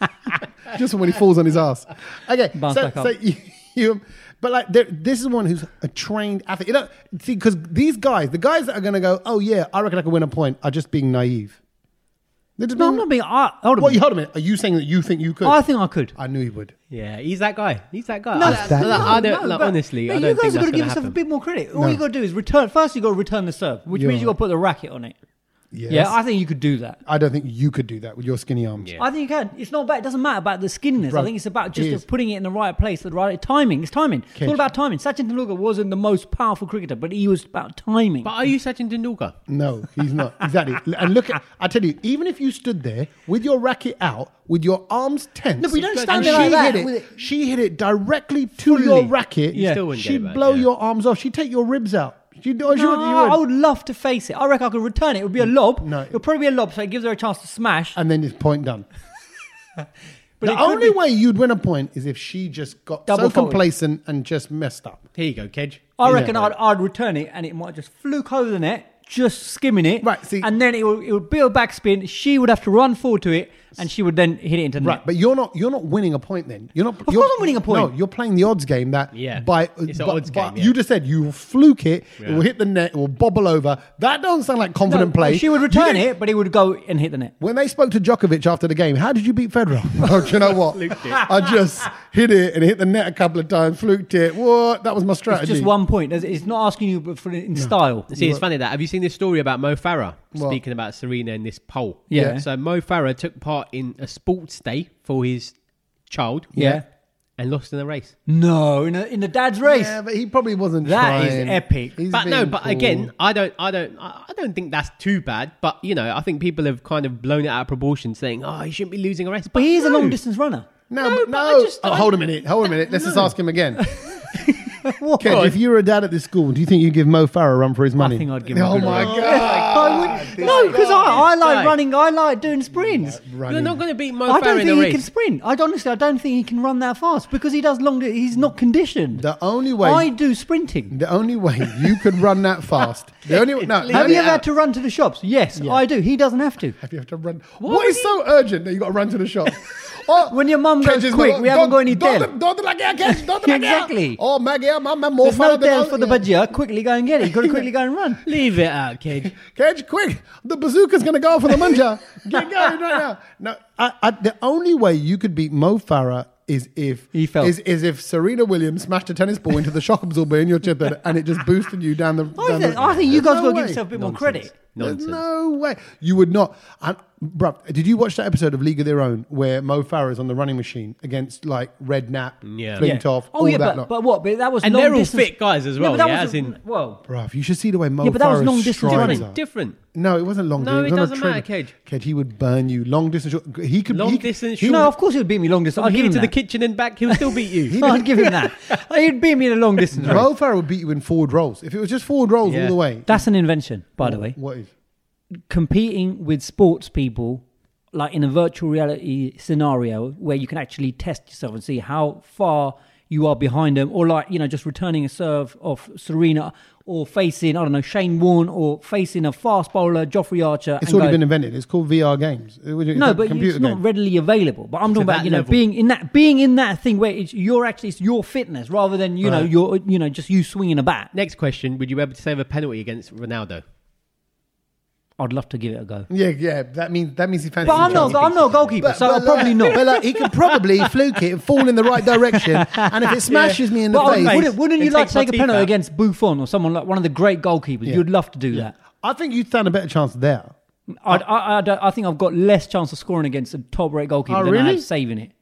Speaker 1: just when he falls on his ass. Okay,
Speaker 4: Bounce
Speaker 1: so,
Speaker 4: back up.
Speaker 1: so you, you- but like there- this is one who's a trained athlete. You know, see, because these guys, the guys that are going to go, oh yeah, I reckon I can win a point, are just being naive. They're just
Speaker 4: No, I'm not being. I, hold on.
Speaker 1: What?
Speaker 4: a
Speaker 1: You,
Speaker 4: minute.
Speaker 1: hold a minute. Are you saying that you think you could?
Speaker 4: I think I could.
Speaker 1: I knew you would.
Speaker 5: Yeah, he's that guy. He's that guy.
Speaker 4: No,
Speaker 5: I,
Speaker 4: that's-
Speaker 5: I- I don't,
Speaker 4: Oh, no,
Speaker 5: like,
Speaker 4: but-
Speaker 5: honestly,
Speaker 4: no,
Speaker 5: I don't
Speaker 4: you guys have got
Speaker 5: think that's
Speaker 4: to give
Speaker 5: gonna
Speaker 4: yourself a
Speaker 5: happen.
Speaker 4: bit more credit. All
Speaker 1: No.
Speaker 4: you got to do is return. First, you got to return the serve, which
Speaker 1: You're
Speaker 4: means you got
Speaker 1: right.
Speaker 4: to put the racket on it.
Speaker 1: Yes.
Speaker 4: Yeah, I think you could do that.
Speaker 1: I don't think you could do that with your skinny arms.
Speaker 5: Yeah.
Speaker 4: I think you can. It's not about. It doesn't matter about the skinniness.
Speaker 1: Bro,
Speaker 4: I think it's about
Speaker 1: it
Speaker 4: just
Speaker 1: is.
Speaker 4: putting it in the right place, the right timing. It's timing. It's all
Speaker 1: Kedge.
Speaker 4: about timing. Sachin Tendulkar wasn't the most powerful cricketer, but he was about timing.
Speaker 5: But are you Sachin Tendulkar?
Speaker 1: No, he's not. Exactly. And look, at, I tell you, even if you stood there with your racket out, with your arms tense.
Speaker 4: No, but you don't stand
Speaker 1: and
Speaker 4: there
Speaker 1: she
Speaker 4: like that
Speaker 1: Hit it,
Speaker 4: with it-
Speaker 1: She hit it directly to your racket.
Speaker 5: You Yeah. still wouldn't get
Speaker 1: She'd
Speaker 5: it back,
Speaker 1: blow
Speaker 5: yeah.
Speaker 1: your arms off. She'd take your ribs out. She'd, no,
Speaker 4: No, I would love to face it. I reckon I could return it. It would be a lob.
Speaker 1: No.
Speaker 4: it would probably be a lob, so it gives her a chance to smash.
Speaker 1: and then it's point done.
Speaker 4: But
Speaker 1: the
Speaker 4: it could
Speaker 1: only
Speaker 4: be-
Speaker 1: way you'd win a point is if she just got
Speaker 4: Double
Speaker 1: so
Speaker 4: faulted.
Speaker 1: complacent and just messed up.
Speaker 5: Here you go, Kedge.
Speaker 4: I reckon
Speaker 1: Yeah.
Speaker 4: I'd, I'd return it, and it might just fluke over the net, just skimming it.
Speaker 1: Right, see-
Speaker 4: and then it would it would be a backspin. She would have to run forward to it, and she would then hit it into the
Speaker 1: Right,
Speaker 4: net.
Speaker 1: but you're not you're not winning a point then. You're not. Of you're,
Speaker 4: course I'm winning a point.
Speaker 1: No, you're playing the odds game that
Speaker 5: Yeah.
Speaker 1: by
Speaker 5: It's an
Speaker 1: but-
Speaker 5: odds
Speaker 1: but
Speaker 5: game, yeah.
Speaker 1: You just said you will fluke it, it
Speaker 5: Yeah.
Speaker 1: will hit the net, it will bobble over. That doesn't sound like confident
Speaker 4: No,
Speaker 1: play.
Speaker 4: She would
Speaker 1: You
Speaker 4: return
Speaker 1: didn't-
Speaker 4: it, but it would go and hit the net.
Speaker 1: When they spoke to Djokovic after the game, how did you beat Federer? oh, do you know what? I just hit it and hit the net a couple of times, fluked it. What? That was my strategy.
Speaker 4: It's just one point. There's- It's not asking you for in style.
Speaker 5: See, it's funny that. Have you seen this story about Mo Farah speaking about Serena in this poll?
Speaker 4: Yeah.
Speaker 5: So Mo Farah took part in a sports day for his child.
Speaker 4: Yeah.
Speaker 5: And lost in the race.
Speaker 4: No, in a, in the dad's race.
Speaker 1: Yeah, but he probably wasn't.
Speaker 4: That is
Speaker 1: trying.
Speaker 4: epic.
Speaker 1: He's
Speaker 5: but no,
Speaker 1: being
Speaker 5: but
Speaker 1: cool.
Speaker 5: again, I don't, I don't, I I don't think that's too bad. But you know, I think people have kind of blown it out of proportion, saying, "Oh, he shouldn't be losing a race."
Speaker 4: but he's a
Speaker 5: no.
Speaker 4: long distance runner.
Speaker 1: No, no. But
Speaker 5: but I
Speaker 1: no.
Speaker 5: just-
Speaker 1: oh,
Speaker 5: I-
Speaker 1: hold a minute. Hold a minute. Let's just ask him again.
Speaker 4: What?
Speaker 1: Ken, if you were a dad at this school, do you think you'd give Mo Farah a run for his money?
Speaker 4: think I'd give him a
Speaker 1: Oh
Speaker 4: good
Speaker 1: my
Speaker 4: run.
Speaker 1: god!
Speaker 4: I would- no, because I, I like
Speaker 5: guy.
Speaker 4: running. I like doing sprints.
Speaker 5: You're not going to beat Mo
Speaker 4: I
Speaker 5: Farah
Speaker 4: don't
Speaker 5: in a
Speaker 4: think he
Speaker 5: race.
Speaker 4: can sprint. I honestly, I don't think he can run that fast because he does long. di- He's not conditioned.
Speaker 1: The only way-
Speaker 4: I do sprinting.
Speaker 1: The only way you could run that fast. The only no. the
Speaker 4: Have
Speaker 1: only-
Speaker 4: you ever had to run to the shops? Yes, I do. He doesn't have to.
Speaker 1: Have you had to run? what is so urgent that you got to run to the shop? Oh,
Speaker 4: When your mum goes
Speaker 1: Kedge is
Speaker 4: quick, we haven't got any
Speaker 1: don't-
Speaker 4: dell.
Speaker 1: Don't like yeah, Kedge, don't like yeah.
Speaker 4: Exactly.
Speaker 1: Oh, Maggie, I'm I'm more
Speaker 4: There's no
Speaker 1: fun than
Speaker 4: bell
Speaker 1: I-
Speaker 4: for the
Speaker 1: yeah.
Speaker 4: budget. Quickly go and get it. You've got to quickly go and run.
Speaker 5: Leave it out, kid.
Speaker 1: Kedge, quick! The bazooka's going to go off for the munja. Get going right now. No, I, I, the only way you could beat Mo Farah is if
Speaker 4: He fell.
Speaker 1: Is, is if Serena Williams smashed a tennis ball into the shock absorber in your chip and, and it just boosted you down the.
Speaker 4: I
Speaker 1: down
Speaker 4: think,
Speaker 1: the-
Speaker 4: Oh, I think you
Speaker 1: There's no
Speaker 4: guys got to give
Speaker 1: way.
Speaker 4: yourself a bit more credit.
Speaker 1: There's
Speaker 5: Nonsense.
Speaker 1: no way you would not. And, bruv, did you watch that episode of League of Their Own where Mo Farah is on the running machine against like Red Knapp,
Speaker 5: Yeah.
Speaker 1: Flintoff,
Speaker 4: Oh
Speaker 1: all
Speaker 4: yeah,
Speaker 1: that
Speaker 4: but,
Speaker 1: lot?
Speaker 4: but what? But that was
Speaker 5: And
Speaker 4: long
Speaker 5: they're all
Speaker 4: distance-
Speaker 5: fit guys as
Speaker 4: Yeah,
Speaker 5: well,
Speaker 4: but that
Speaker 5: yeah,
Speaker 4: was
Speaker 5: as in-
Speaker 4: well.
Speaker 1: Bruv, you should see the way Mo
Speaker 4: Yeah, but that was
Speaker 1: Farah's
Speaker 4: long distance
Speaker 1: strides
Speaker 4: running.
Speaker 1: are.
Speaker 5: different. different.
Speaker 1: No, it wasn't long.
Speaker 5: No,
Speaker 1: distance.
Speaker 5: it
Speaker 1: was on a
Speaker 5: doesn't
Speaker 1: trigger.
Speaker 5: matter, Cage.
Speaker 1: Cage, he would burn you. Long distance. short- He could.
Speaker 5: Long
Speaker 1: he,
Speaker 5: distance
Speaker 1: He,
Speaker 5: short-
Speaker 4: No, of course he'd beat me long distance. I'd
Speaker 5: Give
Speaker 4: give
Speaker 5: it
Speaker 4: him
Speaker 5: to the
Speaker 4: that.
Speaker 5: kitchen and back. He'll still beat you.
Speaker 4: I'd give him that. He'd beat me in a long distance. race.
Speaker 1: Mo Farah would beat you in forward rolls. If it was just forward rolls
Speaker 5: Yeah.
Speaker 1: all the way.
Speaker 4: That's an invention, by the way.
Speaker 1: What is?
Speaker 4: Competing with sports people, like in a virtual reality scenario where you can actually test yourself and see how far you are behind them, or like, you know, just returning a serve of Serena or facing, I don't know, Shane Warne or facing a fast bowler, Joffrey Archer.
Speaker 1: It's
Speaker 4: and
Speaker 1: already
Speaker 4: go-
Speaker 1: been invented. It's called VR games. It was- it's
Speaker 4: no,
Speaker 1: a
Speaker 4: but
Speaker 1: computer
Speaker 4: it's not
Speaker 1: game.
Speaker 4: readily available. But I'm talking about
Speaker 5: that
Speaker 4: you know
Speaker 5: level.
Speaker 4: being in that being in that thing where it's you're actually it's your fitness rather than you know your you know just you swinging a bat.
Speaker 5: Next question: Would you be able to save a penalty against Ronaldo?
Speaker 4: I'd love to give it a go,
Speaker 1: Yeah, yeah. That means that means he fancies.
Speaker 4: but I'm
Speaker 1: himself.
Speaker 4: not I'm not a goalkeeper, so I'll probably
Speaker 1: like-
Speaker 4: not.
Speaker 1: But like, he could probably fluke it and fall in the right direction. And if it smashes me in the
Speaker 4: But I-
Speaker 1: face,
Speaker 4: wouldn't, wouldn't
Speaker 5: It
Speaker 4: you like
Speaker 5: takes
Speaker 4: to take a
Speaker 5: Matip
Speaker 4: penalty
Speaker 5: out.
Speaker 4: against Buffon or someone like one of the great goalkeepers? You'd love to do that.
Speaker 1: I think you'd stand a better chance there.
Speaker 4: I'd, I, I, don't- I think I've got less chance of scoring against a top rate goalkeeper
Speaker 1: Oh,
Speaker 4: than I
Speaker 1: really?
Speaker 4: have saving it.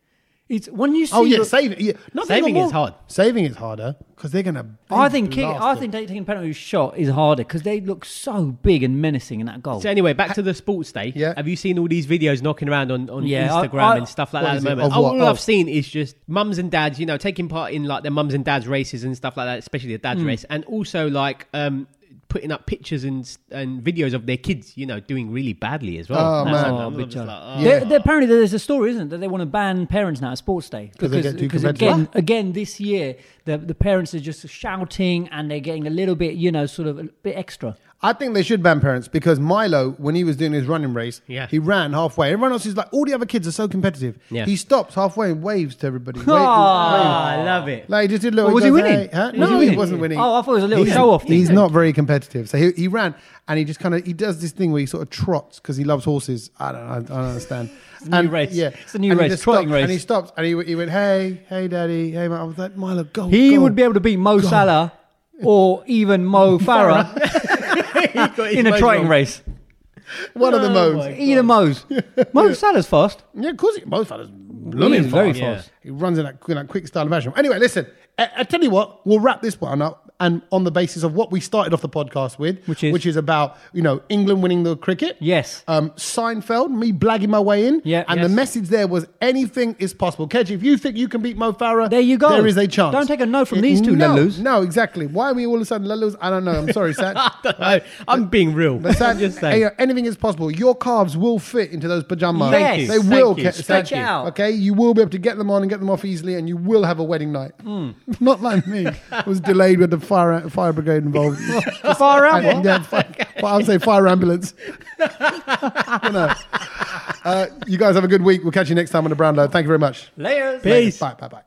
Speaker 4: It's when you see.
Speaker 1: Oh yeah,
Speaker 4: the-
Speaker 1: saving. Yeah. Not that
Speaker 5: Saving
Speaker 1: you're
Speaker 5: is
Speaker 1: more-
Speaker 5: hard.
Speaker 1: Saving is harder because they're gonna.
Speaker 4: I think kick,
Speaker 1: blast
Speaker 4: I
Speaker 1: it.
Speaker 4: think taking a penalty shot is harder because they look so big and menacing in that goal.
Speaker 5: So anyway, back to the sports day.
Speaker 1: Yeah.
Speaker 5: Have you seen all these videos knocking around on, on
Speaker 4: Yeah, I-
Speaker 5: Instagram
Speaker 4: I-
Speaker 5: and stuff like
Speaker 1: What
Speaker 5: that at
Speaker 1: is
Speaker 5: the
Speaker 1: it?
Speaker 5: moment?
Speaker 1: Of what?
Speaker 5: All
Speaker 1: Oh.
Speaker 5: I've seen is just mums and dads, you know, taking part in like their mums and dads races and stuff like that, especially the
Speaker 4: Hmm.
Speaker 5: dads race, and also like um, putting up pictures and s- and videos of their kids, you know, doing really badly as well.
Speaker 1: Oh, man.
Speaker 5: something
Speaker 4: Oh,
Speaker 5: I'm
Speaker 4: big
Speaker 5: just
Speaker 4: joke.
Speaker 5: like, oh.
Speaker 4: There- there- apparently, there's a story, isn't it, that they want to ban parents now at sports day
Speaker 1: 'Cause they get too competitive.
Speaker 4: again, again, this year the the parents are just shouting and they're getting a little bit, you know, sort of a bit extra.
Speaker 1: I think they should ban parents because Milo, when he was doing his running race,
Speaker 5: Yeah.
Speaker 1: he ran halfway. Everyone else is like, all the other kids are so competitive.
Speaker 5: Yeah.
Speaker 1: He stops halfway and waves to everybody. Wave-
Speaker 4: Ah.
Speaker 5: I love it.
Speaker 1: Like he just did a little.
Speaker 4: Well, was he
Speaker 1: goes,
Speaker 4: winning?
Speaker 1: "Hey," huh?
Speaker 4: No,
Speaker 1: No,
Speaker 4: he
Speaker 1: he
Speaker 4: didn't.
Speaker 1: wasn't winning.
Speaker 4: Oh, I thought it was a little
Speaker 1: He's-
Speaker 4: show-off thing.
Speaker 1: He's not very competitive, so he, he ran and he just kind of he does this thing where he sort of trots because he loves horses. I don't, I, I don't understand.
Speaker 4: new race.
Speaker 1: Yeah,
Speaker 4: It's a new
Speaker 1: And he
Speaker 4: race,
Speaker 1: just
Speaker 4: trotting
Speaker 1: stopped,
Speaker 4: race.
Speaker 1: And he stopped and he, he went, "Hey, hey, daddy, hey." Mum." I was like, "Milo, go."
Speaker 4: He
Speaker 1: go."
Speaker 4: would be able to beat Mo Salah or even Mo Farah in a trotting race.
Speaker 1: One
Speaker 4: Oh
Speaker 1: of the modes.
Speaker 4: Either Mo's. Mo Salah's fast.
Speaker 1: Yeah, of course. He, most fellas,
Speaker 4: He
Speaker 1: blooming
Speaker 4: is very
Speaker 1: fast.
Speaker 4: fast.
Speaker 1: He runs in that, in that quick style of fashion. Anyway, listen, I, I tell you what, we'll wrap this one up and on the basis of what we started off the podcast with,
Speaker 4: Which is?
Speaker 1: which is about you know England winning the cricket.
Speaker 4: Yes.
Speaker 1: Um, Seinfeld, me blagging my way in.
Speaker 4: Yeah,
Speaker 1: And
Speaker 4: yes.
Speaker 1: the message there was anything is possible. Kedge, if you think you can beat Mo Farah,
Speaker 4: There you go.
Speaker 1: There is a chance.
Speaker 4: Don't take a no from these two,
Speaker 1: no,
Speaker 4: Lelus.
Speaker 1: No, exactly. Why are we all of a sudden Lelus? I don't know. I'm sorry, Sat.
Speaker 5: I, am being real.
Speaker 1: But Sat,
Speaker 5: I'm just
Speaker 1: you
Speaker 5: saying.
Speaker 1: know, anything is possible. Your calves will fit into those pajamas.
Speaker 4: Thank you.
Speaker 1: They
Speaker 5: Thank
Speaker 1: will
Speaker 5: you.
Speaker 1: ca-
Speaker 5: Stretch
Speaker 1: Sat,
Speaker 4: out.
Speaker 1: Okay, you will be able to get them on and get them off easily, and you will have a wedding night.
Speaker 5: Hmm.
Speaker 1: Not like me. I was delayed with the fire fire brigade involved.
Speaker 4: Far out.
Speaker 1: I, yeah, fi- but I'll say fire ambulance. You know. Uh, you guys have a good week. We'll catch you next time on the Brown Load. Thank you very much.
Speaker 4: Layers.
Speaker 5: Peace.
Speaker 1: Bye, bye, bye.